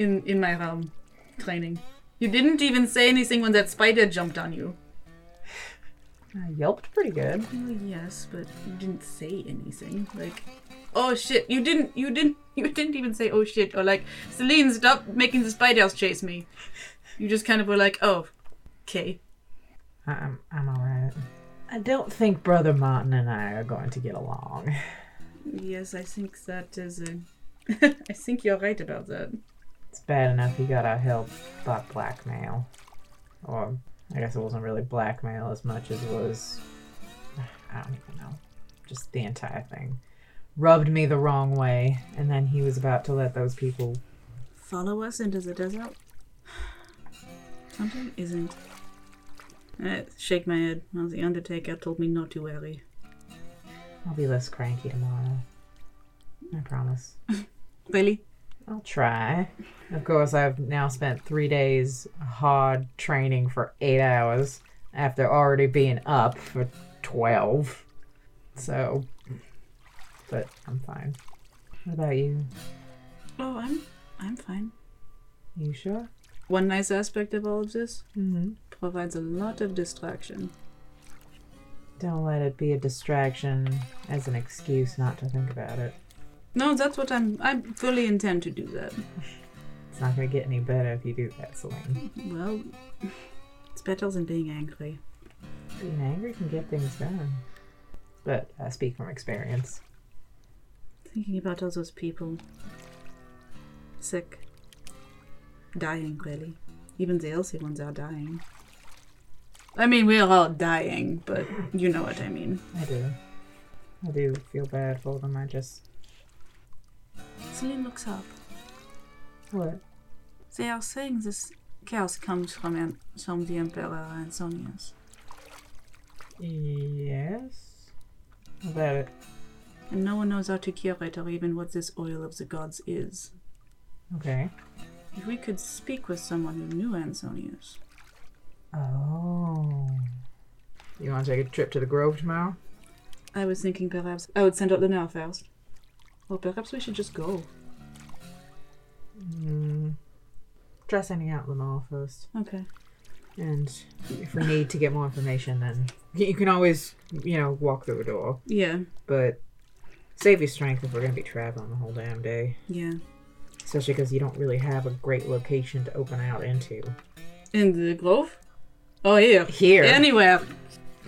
S6: in in my realm training. You didn't even say anything when that spider jumped on you.
S4: I yelped pretty good.
S6: Well, yes, but you didn't say anything. Like, oh shit, you didn't, you didn't, (laughs) you didn't even say oh shit, or like, Celine, stop making the spiders chase me. You just kind of were like, oh, okay.
S4: I- I'm I'm all right. I don't think Brother Martin and I are going to get along.
S6: Yes, I think that is a. (laughs) I think you're right about that.
S4: It's bad enough he got our help by blackmail. Or, I guess it wasn't really blackmail as much as it was. I don't even know. Just the entire thing. Rubbed me the wrong way, and then he was about to let those people.
S6: Follow us into the desert. Something isn't. I shake my head. Well, the Undertaker told me not to worry.
S4: I'll be less cranky tomorrow. I promise.
S6: Really?
S4: I'll try. Of course, I've now spent three days hard training for eight hours after already being up for 12. So, but I'm fine. What about you?
S6: Oh, I'm, I'm fine.
S4: You sure?
S6: One nice aspect of all of this
S4: Mm-hmm.
S6: provides a lot of distraction.
S4: Don't let it be a distraction as an excuse not to think about it.
S6: No, that's what I'm. I fully intend to do that.
S4: It's not going to get any better if you do that, Celine.
S6: Well,
S15: It's better than being angry.
S4: Being angry can get things done. But I speak from experience.
S15: Thinking about all those people. Sick. Dying, really. Even the healthy ones are dying. I mean, we're all dying, but you know what I mean.
S4: I do. I do feel bad for them. I just.
S15: Celine looks up.
S4: What?
S15: They are saying this chaos comes from, em- from the Emperor Ansonius.
S4: Yes? About it.
S15: And no one knows how to cure it or even what this oil of the gods is.
S4: Okay.
S15: If we could speak with someone who knew Ansonius.
S4: Oh. You want to take a trip to the Grove tomorrow?
S15: I was thinking perhaps I would send out Linnell first. Or perhaps we should just go.
S4: Mm. Try sending out Lamar first.
S15: Okay.
S4: And if we need to get more information, then y- you can always, you know, walk through a door.
S15: Yeah.
S4: But save your strength if we're going to be traveling the whole damn day.
S15: Yeah.
S4: Especially because you don't really have a great location to open out into.
S15: In the grove? Oh, here.
S4: Here.
S15: Anywhere.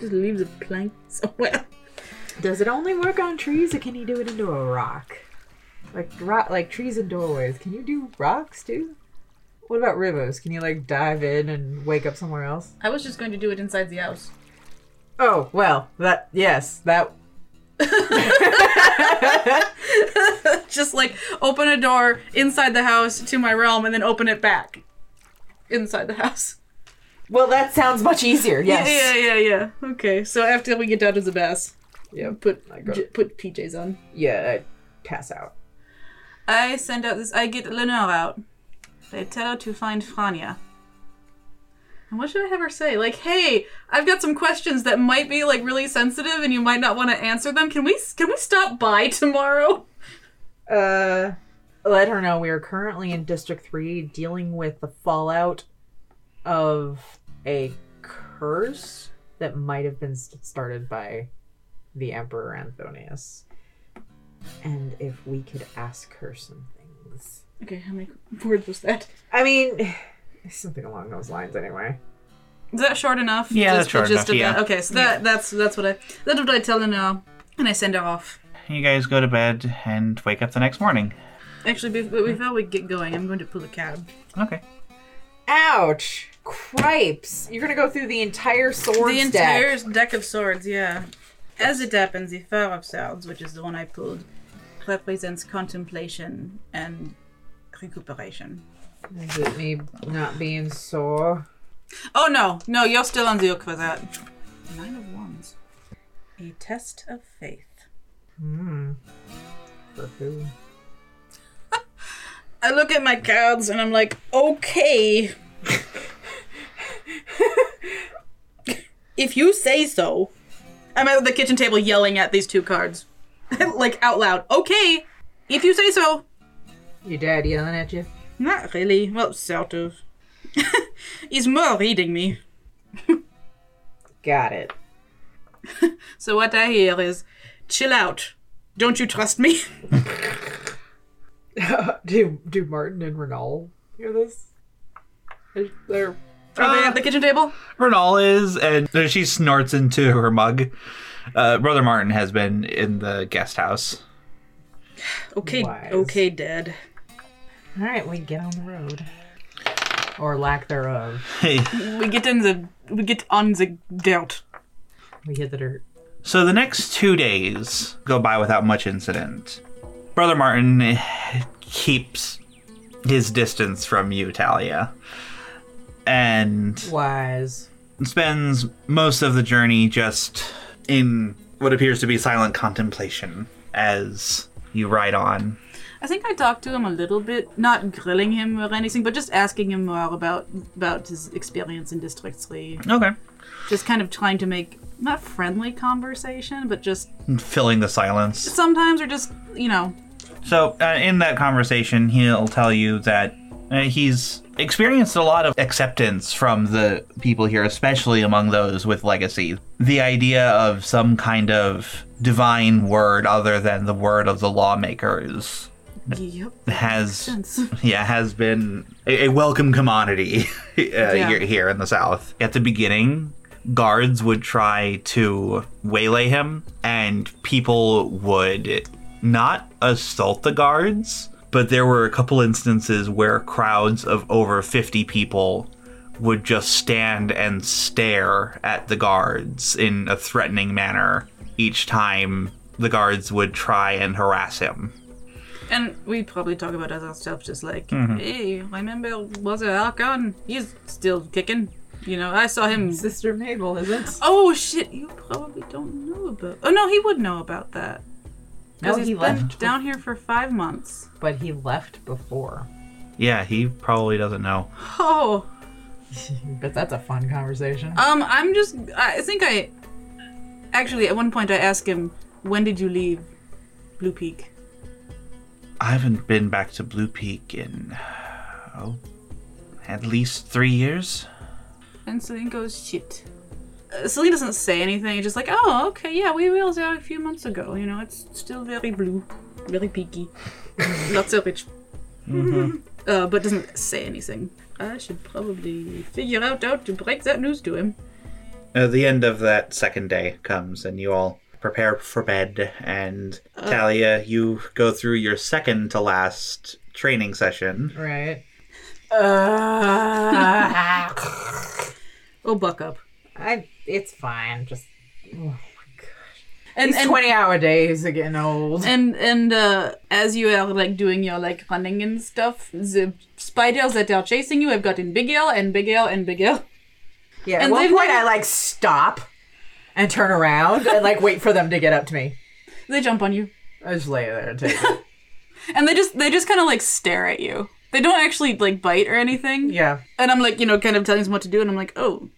S15: Just leave the plank somewhere.
S4: Does it only work on trees, or can you do it into a rock? Like rock, like trees and doorways. Can you do rocks too? What about rivers? Can you like dive in and wake up somewhere else?
S6: (laughs) I was just going to do it inside the house.
S4: Oh well, that yes, that
S6: just like open a door inside the house to my realm and then open it back inside the (laughs) house.
S4: well that sounds much easier. Yes.
S6: Yeah, yeah, yeah, yeah. Okay, so after we get out of the bass,
S4: Yeah,
S6: put
S4: I got
S6: j-
S4: it.
S6: put PJs on.
S4: Yeah, I pass out.
S15: I send out this. I get Lenore out. They tell her to find Frania.
S6: And what should I have her say? Like, hey, I've got some questions that might be like really sensitive, and you might not want to answer them. Can we can we stop by tomorrow?
S4: Uh, let her know we are currently in District Three, dealing with the fallout of a curse that might have been st- started by the Emperor Anthonius. And if we could ask her some things,
S6: Okay, how many words was that?
S4: I (sighs) mean, something along those lines, anyway.
S6: Is that short enough?
S5: Yeah, that's
S6: the
S5: short enough,
S6: gist of
S5: yeah.
S6: That? Okay, so that that's that's what I that's what I tell her now, and I send her off.
S5: You guys go to bed and wake up the next morning.
S6: Actually, bef- but before we get going, I'm going to pull a cab.
S5: Okay.
S4: Ouch! Cripes! You're gonna go through the entire sword
S6: the entire deck of swords, yeah. As it happens, the Four of Swords, which is the one I pulled, represents contemplation and recuperation.
S4: Is it me not being sore?
S6: Oh no, no, you're still on the hook for that. Nine of Wands. A test of faith.
S4: Hmm. For who?
S6: I look at my cards and I'm like, okay. (laughs) if you say so. I'm at the kitchen table yelling at these two cards, (laughs) like out loud. Okay, if you say so.
S4: Your dad yelling at you?
S6: Not really. Well,
S15: (laughs)
S6: sort of. He's more reading me.
S4: Got it. (laughs)
S6: So what I hear is, chill out. Don't you
S15: (laughs)
S6: trust me?
S4: do do Martin and Renal hear this? They're, they're-
S6: Are they at the kitchen table?
S5: Renal is, and uh, she snorts into her mug. Uh, Brother Martin has been in the guest house. (laughs)
S6: Okay,
S4: Wise.
S6: okay, Dad.
S4: all right. We get on the road, or lack thereof.
S6: We get in the, we get on the dirt.
S4: We hit the dirt.
S5: So the next two days go by without much incident. Brother Martin eh, keeps his distance from you, Talia, and
S4: Wise.
S5: spends most of the journey just in what appears to be silent contemplation as you ride on.
S15: I think I talked to him a little bit, not grilling him or anything, but just asking him more about about his experience in District Three.
S5: Okay.
S15: Just kind of trying to make not friendly conversation, but just
S5: Filling the silence.
S15: sometimes or just you know
S5: So, uh, in that conversation, he'll tell you that uh, he's experienced a lot of acceptance from the people here, especially among those with legacy. The idea of some kind of divine word other than the word of the lawmaker is
S16: Yep.
S5: has
S16: sense.
S5: yeah has been a, a welcome commodity (laughs) uh, here, here in the south at the beginning guards would try to waylay him and people would not assault the guards but there were a couple instances where crowds of over 50 people would just stand and stare at the guards in a threatening manner each time the guards would try and harass him
S6: And we probably talk about other stuff, just like, hey, remember was it Archon? He's still kicking. You know, I saw him.
S4: Sister Mabel, is it?
S6: Oh shit! You probably don't know about. Oh no, he would know about that. 'Cause
S4: No,
S6: he's
S4: he
S6: been
S4: left.
S6: down here for five months.
S4: But he left before. (laughs)
S5: yeah he probably doesn't know
S6: Oh,
S4: But that's a fun conversation.
S6: um, I'm just. I think I. Actually, at one point, I asked him, "When did you leave Blue Peak?"
S5: I haven't been back to Blue Peak in oh, at least three years.
S6: And Celine goes, shit. Uh, Celine doesn't say anything, just like, oh, okay, yeah, we were there a few months ago. You know, it's still very blue, very (laughs) peaky. Lots of rich. (laughs) Uh, but doesn't say anything. I should probably figure out how to break that news to him.
S5: Uh, the end of that second day comes, and you all prepare for bed. And Talia, you go through your second to last training session.
S4: Right. Uh,
S6: Oh, buck up.
S4: (laughs) I. It's fine. Just
S6: And
S4: These
S6: and,
S4: twenty-hour days are getting old.
S6: and and uh, as you are like doing your like running and stuff, the spiders that are chasing you have gotten bigger and bigger and bigger.
S4: Yeah. At
S6: and
S4: one
S6: they've
S4: point,
S6: never-
S4: I like stop and turn around and like wait for them to get up to me.
S6: They jump on you.
S4: I just lay there and take it.
S6: and they just they just kind of like stare at you. They don't actually like bite or anything. (laughs)
S4: Yeah.
S6: And I'm like, you know, kind of telling them what to do, and I'm like, oh,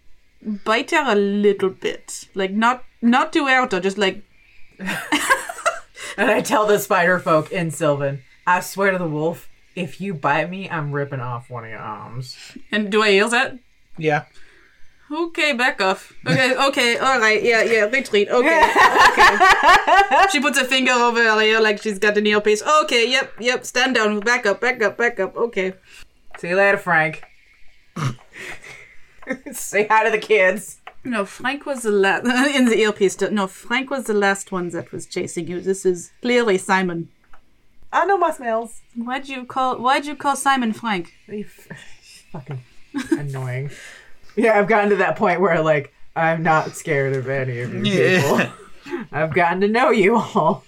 S6: bite her a little bit, like not not too out, or just like
S4: And I tell the spider folk in Sylvan, I swear to the wolf, if you bite me, I'm ripping off one of your arms.
S6: and do I yell that?
S5: Yeah.
S6: Okay, back off. (laughs) Okay, okay, all right, yeah, yeah, retreat. Okay, (laughs) okay. she puts a finger over her ear like she's got an earpiece. Okay, yep, yep, stand down, back up, back up, back up. Okay.
S4: See you later, Frank. (laughs) Say hi to the kids.
S6: No, Frank was the last (laughs) in the earpiece. No, Frank was the last one that was chasing you. This is clearly Simon.
S4: I know my smells.
S6: Why'd you call Why'd you call Simon Frank?
S4: You f- fucking annoying. Yeah, I've gotten to that point where like I'm not scared of any of you
S5: Yeah.
S4: people. I've gotten to know you all.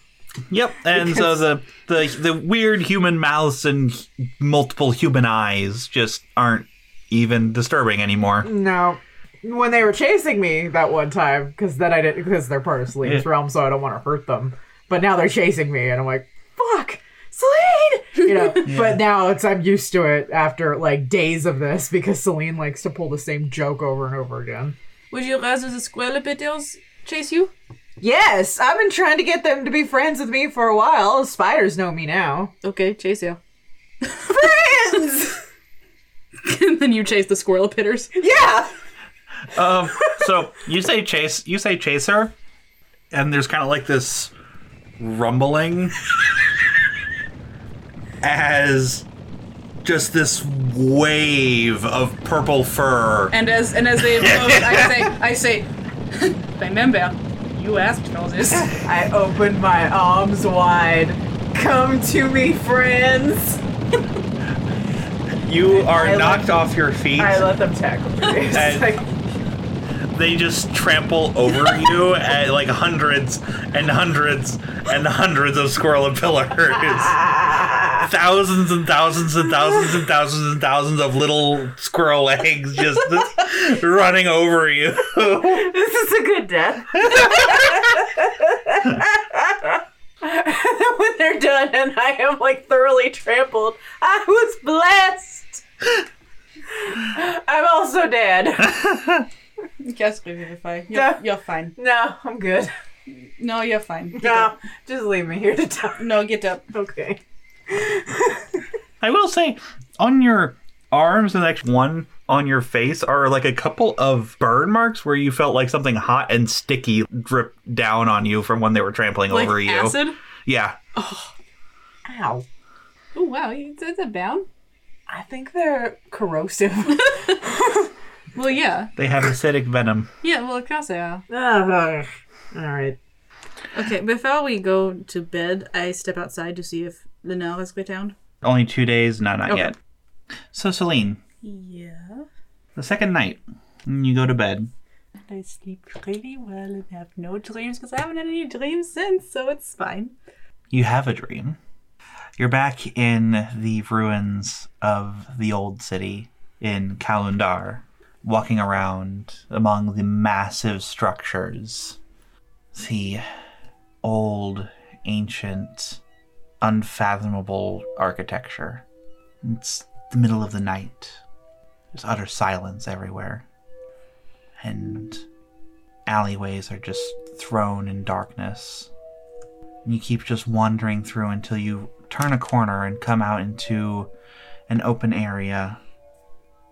S5: Yep. And so the, the the weird human mouths and multiple human eyes just aren't even disturbing anymore.
S4: No. When they were chasing me that one time, because then I didn't, because they're part of Selene's
S5: Yeah.
S4: realm, so I don't want to hurt them. But now they're chasing me, and I'm like, fuck, Selene! You
S5: (laughs)
S4: know, but now it's, I'm used to it after like days of this because Selene likes to pull the same joke over and over again.
S6: Would you rather the squirrel bitters chase you?
S4: Yes, I've been trying to get them to be friends with me for a while. Spiders know me now.
S6: Okay, chase you. (laughs) Friends. and then you chase the squirrel bitters.
S4: Yeah!
S5: Um, so you say chase, you say chaser, and there's kind of like this rumbling as just this wave of purple fur.
S6: And as and
S4: (laughs)
S6: as they approach, I say (laughs) I say, remember, you asked for this.
S4: I opened my arms wide. Come to me, friends!
S5: You are
S4: I
S5: knocked off your feet.
S4: I let them tackle me. (laughs) It's
S5: And-
S4: like-
S5: they just trample over you at like hundreds and hundreds and hundreds of squirrel and pillars. thousands and thousands and thousands and thousands and thousands of little squirrel eggs just running over you.
S4: This is a good death. (laughs) when they're done and I am like thoroughly trampled, I was blessed. I'm also dead.
S6: Yes, revivify.
S4: Yeah.
S6: you're fine.
S4: No, I'm good.
S6: No, you're fine. Get
S4: No,
S6: up.
S4: (laughs) just leave me here to die. (laughs)
S6: No, get up.
S4: Okay.
S5: I will say, on your arms and actually one on your face are like a couple of burn marks where you felt like something hot and sticky drip down on you from when they were trampling over you.
S6: Acid.
S5: Yeah.
S4: Ow.
S17: Oh wow, you said that bound?
S4: I think they're corrosive. (laughs)
S17: Well, yeah,
S5: They have acidic venom.
S17: yeah. Well, of course they are.
S4: Ugh. all right.
S6: Okay, before we go to bed, I step outside to see if Linnell has quit town.
S5: Only two days? No, not
S6: Okay.
S5: yet. So, Celine,
S18: Yeah.
S5: the second night, you go to bed.
S17: I sleep pretty well and have no dreams because I haven't had any dreams since, so it's fine.
S5: You have a dream. You're back in the ruins of the old city in Kalundar, walking around among the massive structures. The old, ancient, unfathomable architecture. It's the middle of the night. There's utter silence everywhere. And alleyways are just thrown in darkness and you keep just wandering through until you turn a corner and come out into an open area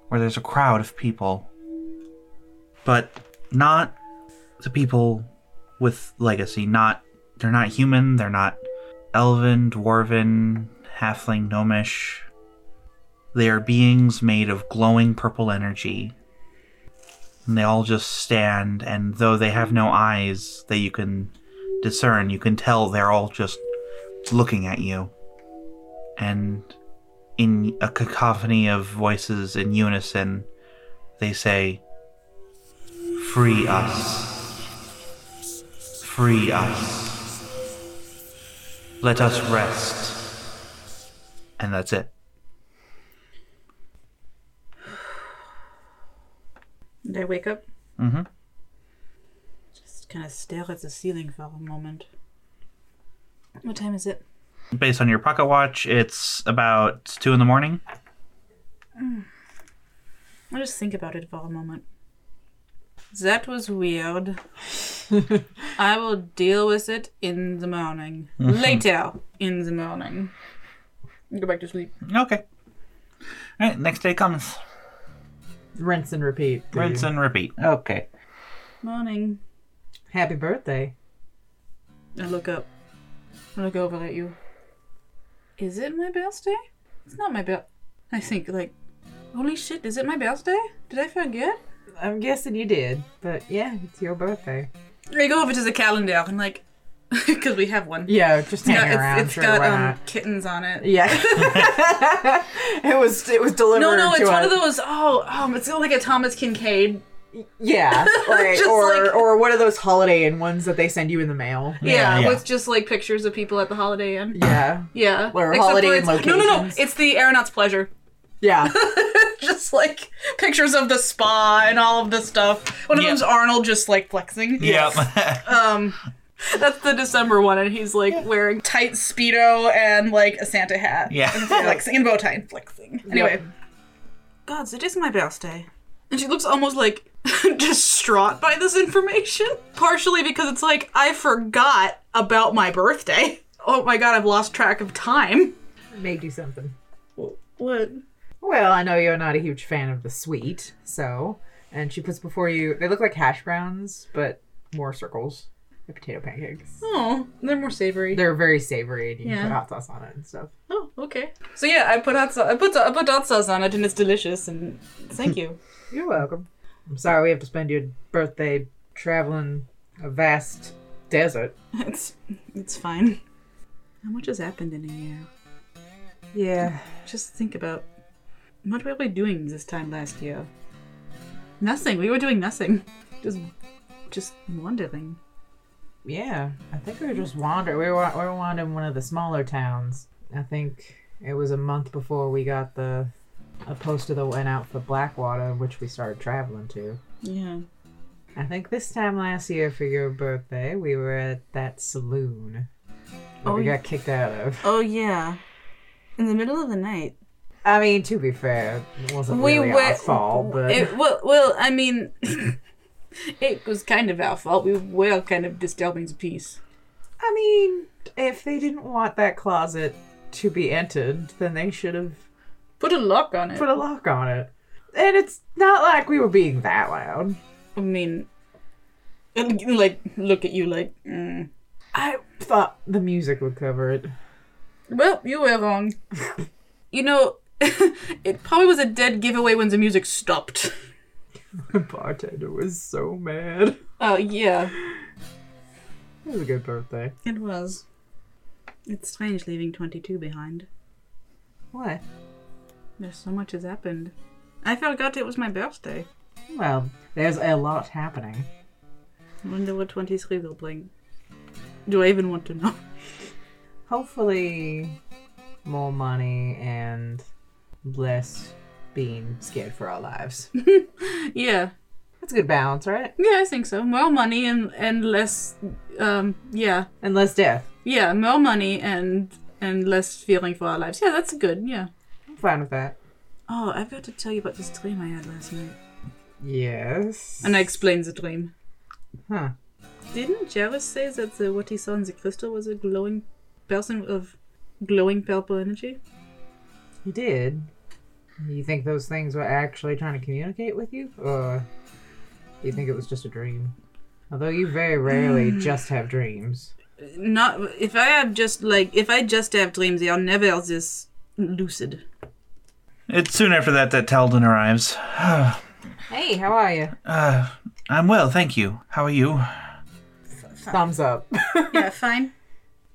S5: where there's a crowd of people. But not the people with legacy. Not they're not human, they're not elven, dwarven, halfling, gnomish. They are beings made of glowing purple energy. And they all just stand, and though they have no eyes that you can discern, you can tell they're all just looking at you. And in a cacophony of voices in unison, they say, Free us. Free us. Let us rest. And that's it.
S6: Did I wake up?
S5: Mm-hmm.
S6: Just kind of stare at the ceiling for a moment. What time is it?
S5: Based on your pocket watch, it's about two in the morning.
S6: I'll just think about it for a moment. That was weird. I will deal with it in the morning. Later in the morning. Go back to sleep.
S5: Okay. All right, next day comes.
S4: Rinse and repeat. dude.
S5: Rinse and repeat. Okay.
S6: Morning.
S4: Happy birthday.
S6: I look up. I look over at you. Is it my birthday? It's not my birth. I think like, holy shit! Is it my birthday? Did I forget?
S4: I'm guessing you did, but yeah, it's your birthday.
S6: I go over to the calendar and like, (laughs) because we have one.
S4: Yeah, just
S6: It's
S4: hang
S6: got,
S4: around.
S6: it's, it's
S4: sure,
S6: got
S4: why
S6: um,
S4: not?
S6: kittens on it.
S4: Yeah.
S6: (laughs)
S4: (laughs) it was it was delivered.
S6: No, no,
S4: to
S6: it's one
S4: us.
S6: of those. Oh, um, it's like a Thomas Kincaid. (laughs)
S4: Yeah, like,
S6: Just
S4: or
S6: like-
S4: or one of those Holiday Inn ones that they send you in the mail.
S6: Yeah,
S5: yeah.
S6: with just like pictures of people at the Holiday Inn.
S4: Yeah,
S6: Yeah,
S4: Or
S6: Except
S4: Holiday
S6: for
S4: Inn
S6: it's- No, no, no.
S4: locations.
S6: It's the Aeronaut's Pleasure. (laughs)
S4: yeah.
S6: just like pictures of the spa and all of this stuff. One of
S5: Yeah.
S6: them's Arnold just like flexing.
S5: Yep.
S6: Um, (laughs) that's the December one, and he's like wearing tight speedo and like a Santa
S5: (laughs)
S6: hat.
S5: yeah.
S6: (laughs) flexing and bow tie and flexing. Anyway, gods, it is my birthday, and she looks almost like (laughs) distraught by this information. Partially because it's like I forgot about my birthday. Oh my god, I've lost track of time.
S4: Made you something.
S6: What?
S4: Well, I know you're not a huge fan of the sweet, so and she puts before you. They look like hash browns, but more circles. The potato pancakes.
S6: Oh, they're more savory.
S4: They're very savory, and you
S6: Yeah.
S4: put hot sauce on it and stuff.
S6: Oh, okay. So yeah, I put hot sauce. I put I put hot sauce on it, and it's delicious. And thank (laughs) you.
S4: You're welcome. I'm sorry we have to spend your birthday traveling a vast desert.
S6: it's it's fine. How much has happened in a year?
S4: Yeah.
S6: Just think about what were we doing this time last year? Nothing. We were doing nothing. Just just wandering.
S4: Yeah, I think we were just wandering. We were, we were wandering one of the smaller towns. I think it was a month before we got the a poster that went out for Blackwater, which we started traveling to.
S6: Yeah.
S4: I think this time last year for your birthday, we were at that saloon. That we got kicked out of.
S6: Oh yeah. In the middle of the night.
S4: I mean, to be fair, it wasn't
S6: We
S4: really
S6: were-
S4: our fault, but
S6: It, well, well, I mean, (laughs) it was kind of our fault. We were kind of disturbing the peace.
S4: I mean, if they didn't want that closet to be entered, then they should have
S6: Put a lock on it.
S4: put a lock on it. And it's not like we were being that loud.
S6: I mean, and, like, look at you, like, mm.
S4: I thought the music would cover it. (laughs)
S19: Well, you were wrong. you know, (laughs) it probably was a dead giveaway when the music stopped.
S4: The bartender was so mad.
S19: Oh, yeah.
S4: It was a good birthday.
S2: It was.
S6: It's strange leaving 22 behind.
S4: What?
S6: There's so much has happened. I forgot it was my birthday.
S4: Well, there's a lot happening.
S6: Wonder what 23 will bring. Do I even want to know?
S4: Hopefully, more money and less being scared for our lives. (laughs)
S19: Yeah.
S4: That's a good balance, right?
S19: Yeah, I think so. More money and, and less, um, yeah.
S4: And less death.
S19: Yeah, more money and and less feeling for our lives. Yeah, that's good, yeah.
S4: I'm fine with that.
S6: Oh, I've got to tell you about this dream I had last night.
S4: Yes.
S19: And I explained the dream.
S4: Huh.
S6: Didn't Jarvis say that the, what he saw in the crystal was a glowing person of glowing purple energy?
S4: You did. You think those things were actually trying to communicate with you? Or you think it was just a dream? Although you
S6: (sighs)
S4: very rarely just have dreams.
S6: Not if I have just like if I just have dreams, they are never this lucid.
S5: It's soon after that that Talden arrives.
S4: Hey, how are you?
S5: Uh, I'm well, thank you. How are you?
S4: Thumbs up.
S6: yeah, fine.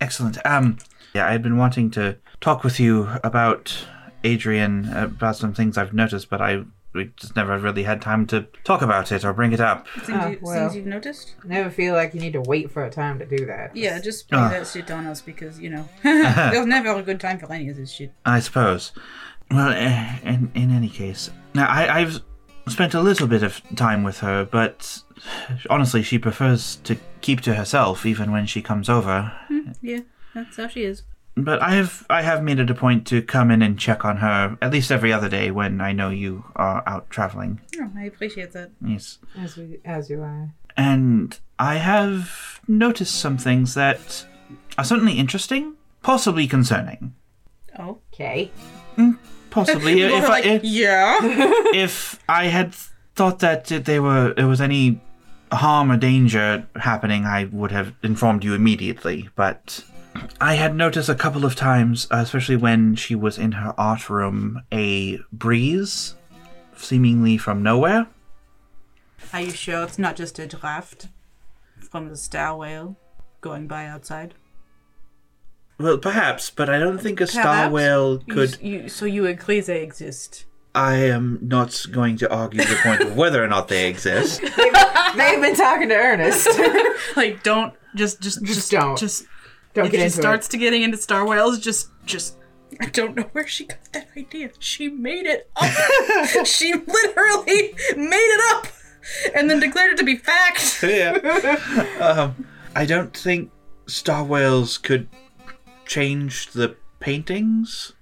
S5: Excellent. Um, yeah, I've been wanting to talk with you about Adrian about some things I've noticed, but I we just never really had time to talk about it or bring it up.
S4: Oh,
S6: you,
S4: well.
S6: Things you've noticed?
S4: Never feel like you need to wait for a time to do that.
S6: Yeah, just bring
S5: Ah.
S6: that shit on us because you know (laughs) there's never a good time for any of this shit.
S5: I suppose. Well, eh, in, in any case, now I, I've spent a little bit of time with her, but honestly, she prefers to keep to herself even when she comes over.
S6: Yeah, that's how she is.
S5: But I have I have made it a point to come in and check on her at least every other day when I know you are out traveling.
S6: Oh, I appreciate that.
S5: Yes.
S4: As we, as
S6: (laughs)
S4: you are.
S5: and I have noticed some things that are certainly interesting, possibly concerning.
S6: Oh,
S4: Okay.
S5: Possibly, (laughs) if I
S8: (laughs)
S5: if,
S6: yeah.
S5: if I had thought that they were there was any harm or danger happening, I would have informed you immediately. But I had noticed a couple of times, uh, especially when she was in her art room, a breeze, seemingly from nowhere.
S6: Are you sure it's not just a draft from the star whale going by outside?
S5: Well, perhaps, but I don't think a star
S6: Perhaps.
S5: whale
S6: You-
S5: could.
S6: you, so you agree
S8: (laughs)
S6: they exist?
S5: I am not going to argue the point of whether or not they exist.
S4: They've been talking
S6: (laughs)
S4: to Ernest.
S19: Like, don't just just just,
S4: don't.
S19: just
S4: Don't
S19: if
S4: get
S19: she
S4: into
S19: starts to getting into Star Whales, just just
S8: I don't know where she got that idea. She made it
S4: (laughs)
S8: up. she literally made it up and then declared it to be fact.
S5: yeah. Um, I don't think star whales could change the paintings.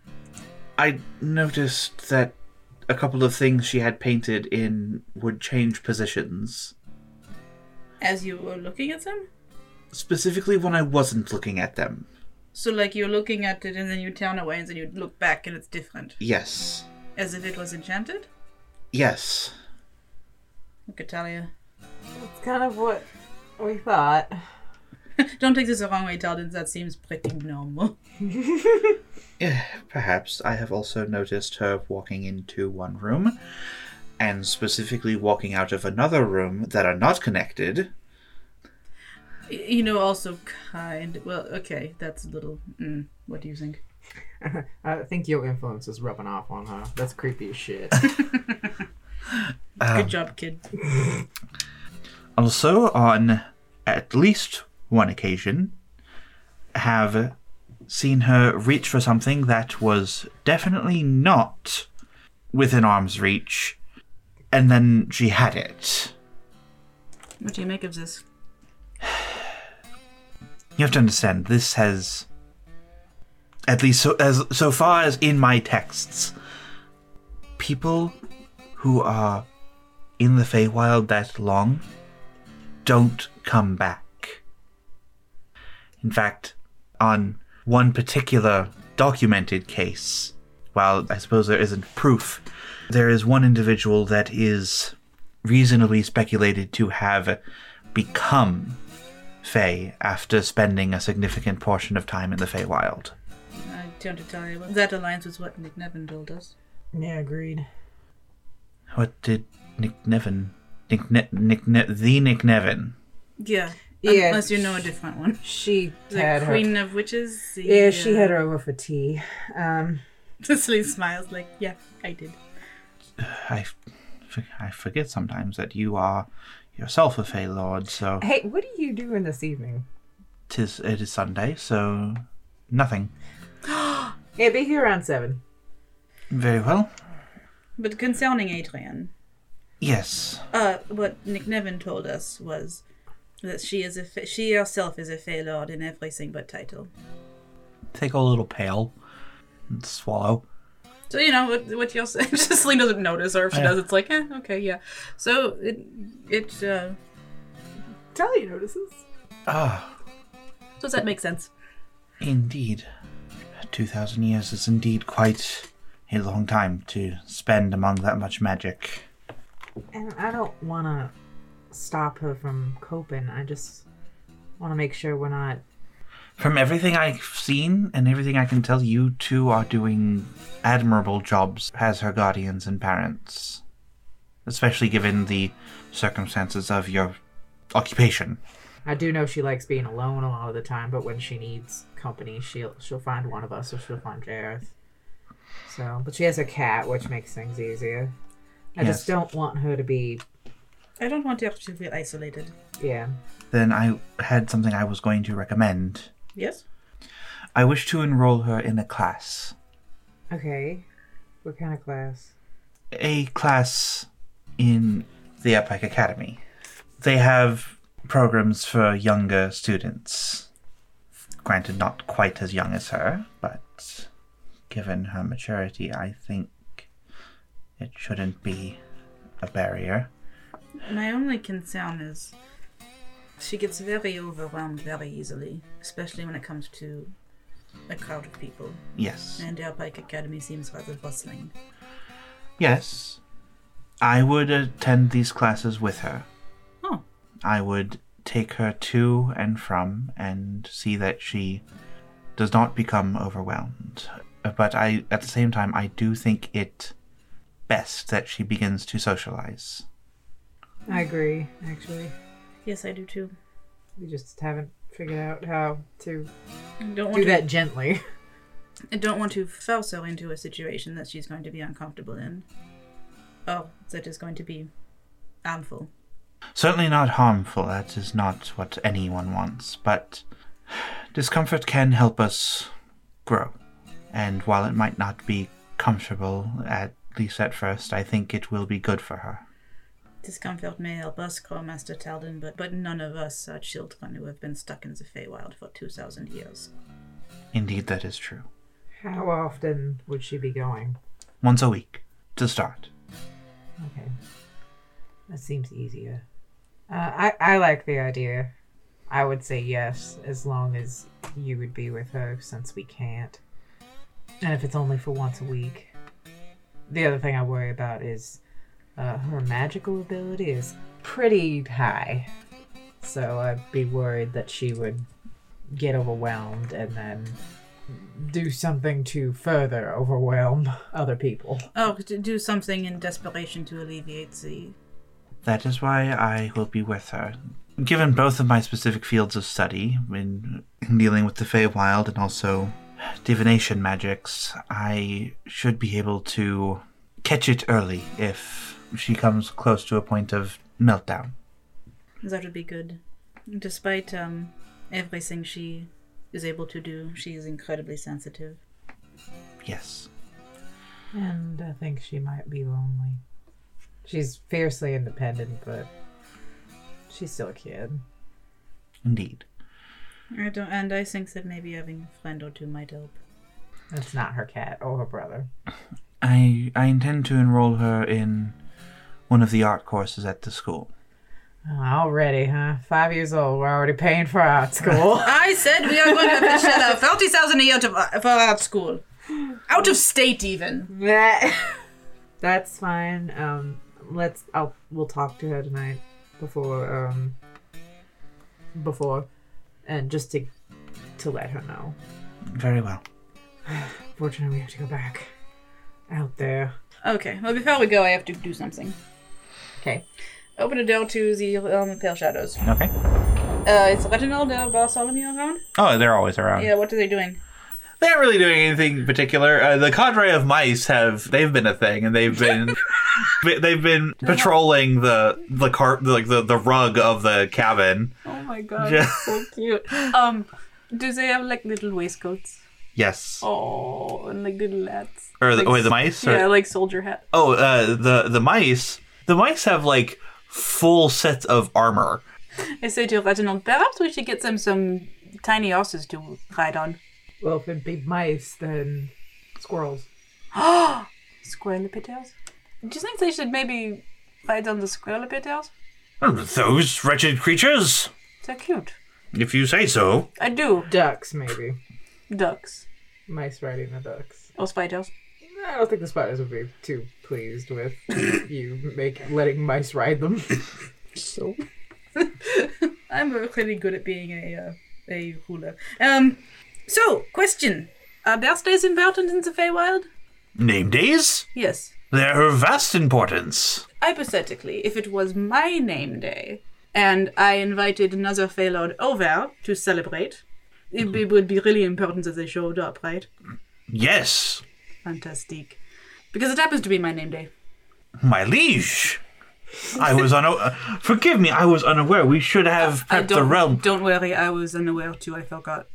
S5: I noticed that a couple of things she had painted in would change positions.
S8: As you were looking at them?
S5: Specifically, when I wasn't looking at them.
S8: So, like, you're looking at it and then you turn away and then you look back and it's different.
S5: Yes.
S8: As if it was enchanted?
S5: Yes.
S8: Look, Talia.
S4: It's kind of what we thought.
S8: Don't take this the wrong way, Talden. That seems pretty normal.
S5: Eh, Perhaps I have also noticed her walking into one room, and specifically walking out of another room that are not connected.
S8: Y- You know, also kind. Well, okay, that's a little. Mm, what do you think?
S4: I think your influence is rubbing off on her. That's creepy
S6: (laughs)
S4: as shit. Uh.
S8: Good job, kid.
S5: also on at least one occasion have seen her reach for something that was definitely not within arm's reach and then she had it
S6: What do you make of this?
S5: you have to understand this has at least so as so far as in my texts people who are in the Feywild that long don't come back in fact on one particular documented case while i suppose there isn't proof there is one individual that is reasonably speculated to have become Fey after spending a significant portion of time in the Feywild.
S8: I
S6: Don't to tell you, that aligns with what Nick Nevin told us.
S4: Yeah, agreed.
S5: What did Nick Nevin? Nick ne- Nick ne- the Nick Nevin.
S6: Yeah.
S4: Yeah.
S6: Unless you know a different one.
S4: She
S6: The
S4: had her.
S6: Queen of Witches. the,
S4: Yeah, she
S6: uh, (laughs)
S4: had her over for tea. Um,
S6: Cicely smiles like, yeah, I did.
S5: I, f- I forget sometimes that you are yourself a Fey Lord, so
S4: hey, what are you doing this evening?
S5: tis it is Sunday, so nothing.
S4: Yeah, be here around seven.
S5: Very well.
S6: But concerning Adrian,
S5: Yes.
S6: uh, what Nick Nevin told us was that she is a fa- she herself is a Fey Lord in everything but title.
S5: Take a little pail and swallow.
S6: So you know what what you'll say. (laughs) Cicely doesn't notice, or if she
S5: Yeah.
S6: does, it's like, eh, okay, yeah. So it it uh,
S20: Tally notices.
S5: Ah,
S6: does that make sense?
S5: indeed. 2,000 years is indeed quite a long time to spend among that much magic.
S4: And I don't want to stop her from coping. I just want to make sure we're not.
S5: From everything I've seen and everything I can tell, you two are doing admirable jobs as her guardians and parents, especially given the circumstances of your occupation.
S4: I do know she likes being alone a lot of the time, but when she needs company, she'll she'll find one of us, or she'll find Jareth. So, but she has a cat, which makes things easier. I
S5: Yes.
S4: just don't want her to be.
S6: I don't want her to feel isolated.
S4: Yeah.
S5: Then I had something I was going to recommend.
S6: Yes.
S5: I wish to enroll her in a class.
S4: Okay. What kind of class?
S5: a class in the Epic Academy. They have programs for younger students. Granted, not quite as young as her, but given her maturity, I think it shouldn't be a barrier.
S6: My only concern is she gets very overwhelmed very easily, especially when it comes to a crowd of people.
S5: Yes.
S6: And our bike academy seems rather bustling.
S5: Yes. I would attend these classes with her.
S6: Oh.
S5: I would take her to and from and see that she does not become overwhelmed. But I at the same time I do think it best that she begins to socialize.
S4: I agree. Actually,
S6: Yes, I do too.
S4: we just haven't figured out how to
S6: I don't
S4: do
S6: want
S4: that
S6: to,
S4: gently.
S6: I don't want to force her into a situation that she's going to be uncomfortable in. Oh, that is going to be harmful.
S5: Certainly not harmful, that is not what anyone wants, but discomfort can help us grow. And while it might not be comfortable, at least at first, I think it will be good for her.
S6: Discomfort may help us, grow, Master Talden, but, but none of us are children who have been stuck in the Feywild for 2,000 years.
S5: Indeed, that is true.
S4: How often would she be going?
S5: Once a week, to start.
S4: Okay. That seems easier. Uh, I, I like the idea. I would say yes, as long as you would be with her, since we can't. And if it's only for once a week. The other thing I worry about is uh, her magical ability is pretty high. So I'd be worried that she would get overwhelmed and then do something to further overwhelm (laughs) other people.
S6: Oh, to do something in desperation to alleviate the.
S5: That is why I will be with her. Given both of my specific fields of study, in dealing with the Feywild and also divination magics, I should be able to catch it early if she comes close to a point of meltdown.
S6: That would be good. Despite um, everything she is able to do, she is incredibly sensitive.
S5: Yes.
S4: And I think she might be lonely. She's fiercely independent, but she's still a kid.
S5: Indeed.
S6: I don't, and I think that maybe having a friend or two might help.
S4: That's not her cat or her brother.
S5: I I intend to enroll her in one of the art courses at the school.
S4: Uh, Already, huh? Five years old. We're already paying for art school.
S6: I said we are going to have to shell out thirty thousand a year to, for art school, out of state even.
S4: That- That's fine. Um, let's. I'll. We'll talk to her tonight before. Um, before, and just to to let her know.
S5: Very well.
S4: Unfortunately, we have to go back out there.
S6: Okay. Well, before we go, I have to do something.
S4: Okay.
S6: Open a door to the um, Pale Shadows.
S3: Okay.
S6: Uh, is Reginald uh, Bartholomew around?
S3: Oh, they're always around.
S6: Yeah, what are they doing?
S3: They aren't really doing anything in particular. Uh, the cadre of mice have they've been a thing, and they've
S6: (laughs)
S3: been they've been patrolling the the car like the, the rug of the cabin.
S6: Oh my
S3: Yeah.
S6: god.
S3: that's
S6: cute. Um, do they have like little waistcoats?
S3: Yes.
S6: Oh, and like little hats.
S3: Or the- wait, the mice, or-
S6: Yeah, like soldier hat.
S3: Oh, uh, the the mice the mice have like full sets of armor.
S6: I say to Reginald, perhaps we should get them some tiny horses to ride on.
S4: Well, if it'd be mice, then squirrels.
S6: Squirrelipitels? Do you think they should maybe ride on the squirrelipitels?
S5: Oh, Those wretched creatures,
S6: They're cute.
S5: if you say so.
S6: I do.
S4: Ducks, maybe.
S6: Ducks.
S4: Mice riding the ducks.
S6: Or spiders.
S4: I don't think the spiders would be too pleased (coughs) with you make letting mice ride them. so
S21: I'm really good at being a uh, a ruler. Um, so question:
S6: Are birthdays important in the Feywild?
S5: Name days?
S6: Yes.
S5: They're of vast importance.
S6: Hypothetically, if it was my name day and I invited another Feylord over to celebrate, it, it would be really important that they showed up, right?
S5: Yes,
S6: Fantastic. Because it happens to be my name day.
S5: my liege. I was on. Uh, forgive me, I was unaware. We should have
S6: I
S5: prepped the realm.
S6: Don't worry, I was unaware too. I
S5: (laughs)
S6: forgot.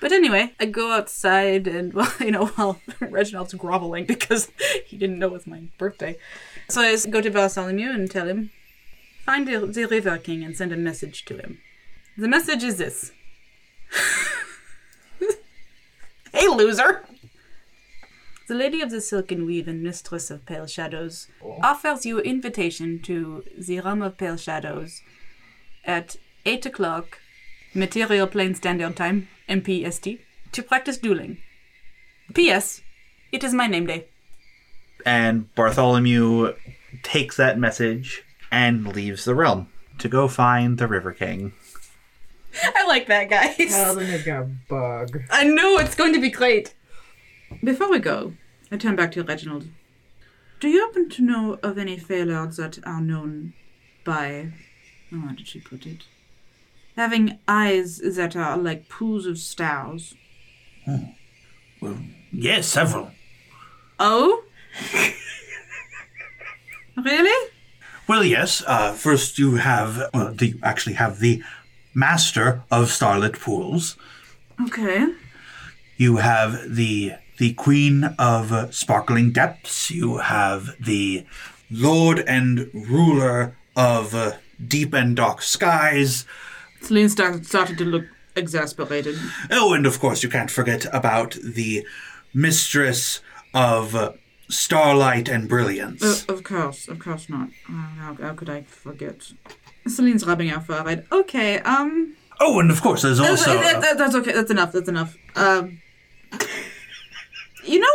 S6: but anyway, I go outside and (laughs) well, you know, while Reginald's groveling because (laughs) he didn't know it was my birthday, so I s- go to Bartholomew and tell him, find the, the River King and send a message to him. The message is this: (laughs) Hey, loser. The Lady of the Silken Weave and Mistress of Pale Shadows offers you invitation to the Realm of Pale Shadows at 8 o'clock, Material Plane Standard Time, MPST, to practice dueling. P.S. It is my name day.
S3: And Bartholomew takes that message and leaves the realm to go find the River King.
S6: (laughs) I like that, guys.
S4: a bug.
S6: I know it's going to be great. Before we go, I turn back to Reginald.
S22: Do you happen to know of any failures that are known by, oh, how did she put it? Having eyes that are like pools of stars.
S5: Yes, several.
S22: Oh? really?
S5: Well, yes. Uh, first, you have. Well, do you actually have the master of starlit pools?
S22: Okay.
S5: You have the the Queen of uh, Sparkling Depths. You have the Lord and Ruler of uh, Deep and Dark Skies.
S22: Celine start, started to look exasperated.
S5: Oh, and of course, you can't forget about the Mistress of uh, Starlight and Brilliance.
S22: Uh, of course, of course not. How, how, how could I forget? Celine's rubbing her forehead. Okay, um.
S5: Oh, and of course, there's
S22: That's,
S5: also.
S22: that-
S5: uh,
S22: that- that's okay, that's enough, that's enough. Um. you know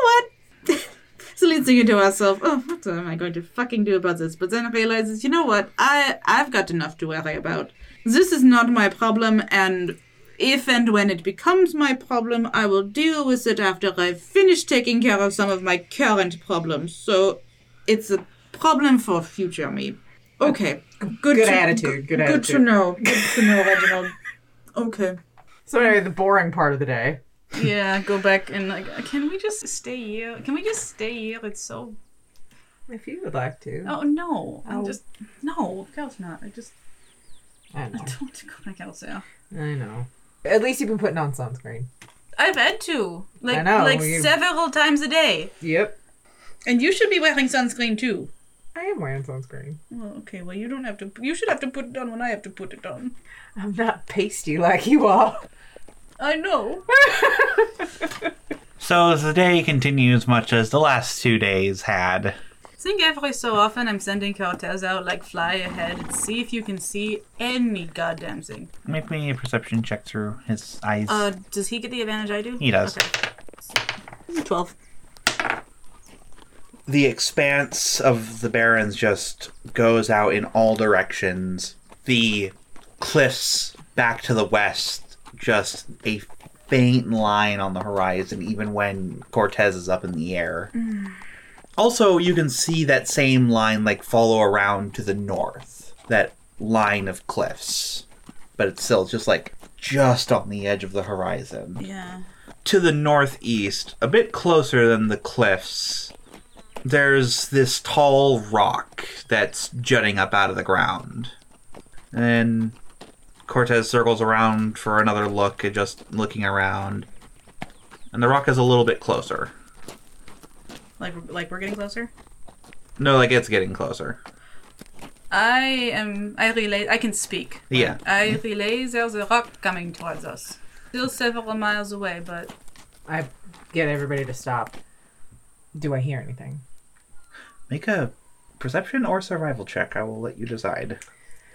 S22: what? (laughs) Celine's thinking to herself, oh, what am I going to fucking do about this? But then realizes, you know what? I, I've got enough to worry about. This is not my problem, and if and when it becomes my problem, I will deal with it after I've finished taking care of some of my current problems. So it's a problem for future me. Okay. Good,
S4: Good
S22: to-
S4: attitude,
S22: Good
S4: good
S22: to
S4: attitude.
S22: know. Good to know,
S4: (laughs)
S22: Reginald. Okay.
S4: So anyway, the boring part of the day.
S6: yeah, go back and like, can we just stay here? Can we just stay here? It's so.
S4: If you would like to.
S6: Oh no! I'm
S21: Oh.
S6: just no. Of course not. I just
S4: I know.
S6: don't want to go back out there.
S4: I know. At least you've been putting on sunscreen.
S6: I've had to like
S4: I know,
S6: like
S4: you-
S6: several times a day,
S4: Yep.
S6: and you should be wearing sunscreen too.
S4: I am wearing sunscreen.
S6: Well, okay. Well, you don't have to. You should have to put it on when I have to put it on.
S4: I'm not pasty like you are.
S6: I know.
S3: So the day continues much as the last two days had.
S6: think every so often I'm sending Cortez out like fly ahead and see if you can see any goddamn thing.
S3: Make me a perception check through his eyes.
S6: Uh, does he get the advantage I do?
S3: He does.
S6: Okay. Twelve.
S3: the expanse of the barrens just goes out in all directions. The cliffs back to the west, just a faint line on the horizon, even when Cortez is up in the air.
S19: Mm.
S3: Also, you can see that same line like follow around to the north, that line of cliffs, but it's still just like just on the edge of the horizon.
S8: Yeah.
S3: To the northeast, a bit closer than the cliffs, there's this tall rock that's jutting up out of the ground. And Cortez circles around for another look and just looking around. And the rock is a little bit closer.
S8: Like, like we're getting closer.
S3: No, like it's getting closer.
S19: I am. I relay. I can speak.
S3: Yeah.
S19: I relay. There's a rock coming towards us. Still several miles away, but
S4: I get everybody to stop. Do I hear anything?
S3: Make a perception or survival check. I will let you decide.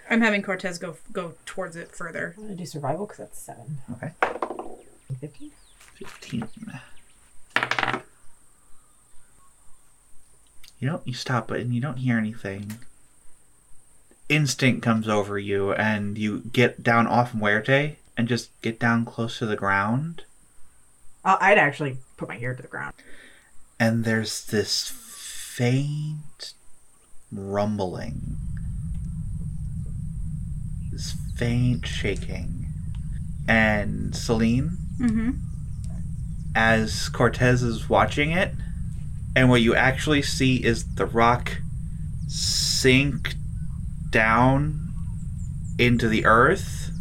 S8: I'm having Cortez go go towards it further.
S4: I'm gonna do survival because that's seven.
S3: Okay.
S4: Fifteen.
S3: 15. You don't you stop it and you don't hear anything. Instinct comes over you and you get down off Muerte and just get down close to the ground
S4: I- I'd actually put my ear to the ground.
S3: and there's this faint rumbling. This faint shaking. And Celine,
S8: Mm-hmm.
S3: as Cortez is watching it, and what you actually see is the rock sink down into the earth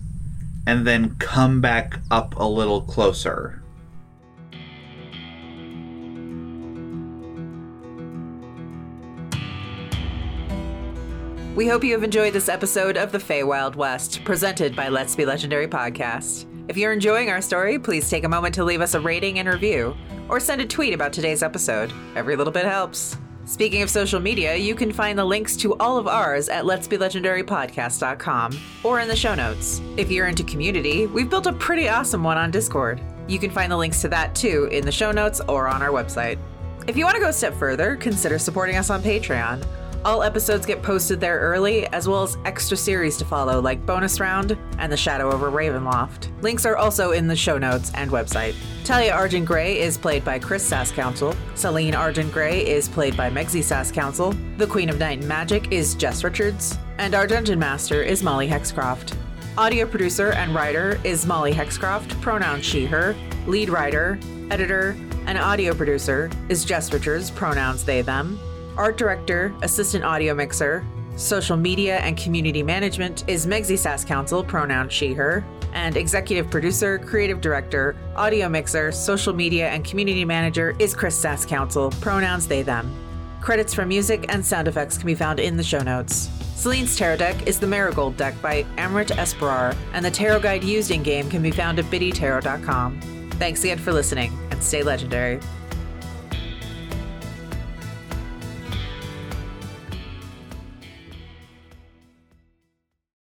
S3: and then come back up a little closer.
S23: We hope you have enjoyed this episode of The Feywild West, presented by Let's Be Legendary Podcast.
S1: If you're enjoying our story, please take a moment to leave us a rating and review, or send a tweet about today's episode. Every little bit helps.
S23: Speaking of social media, you can find the links to all of ours at Let's Be Legendary Podcast.com or in the show notes.
S1: If you're into community, we've built a pretty awesome one on Discord. You can find the links to that too in the show notes or on our website.
S23: If you want to go a step further, consider supporting us on Patreon. All episodes get posted there early, as well as extra series to follow, like Bonus Round and The Shadow Over Ravenloft.
S1: Links are also in the show notes and website.
S23: Talia Argent Grey is played by Chris Sasscouncil. Celine Argent Grey is played by Megzi Sasscouncil. The Queen of Night and Magic is Jess Richards. And our Dungeon Master is Molly Hexcroft. Audio producer and writer is Molly Hexcroft, pronoun she, her. Lead writer, editor, and audio producer is Jess Richards, pronouns they, them. Art director, assistant audio mixer, social media and community management is Megzi Sasscouncil, pronoun she, her. And executive producer, creative director, audio mixer, social media and community manager is Chris Sasscouncil, pronouns they, them. Credits for music and sound effects can be found in the show notes. Celine's Tarot deck is the Marigold deck by Amrit Esperar, and the tarot guide used in game can be found at biddytarot.com. Thanks again for listening, and stay legendary.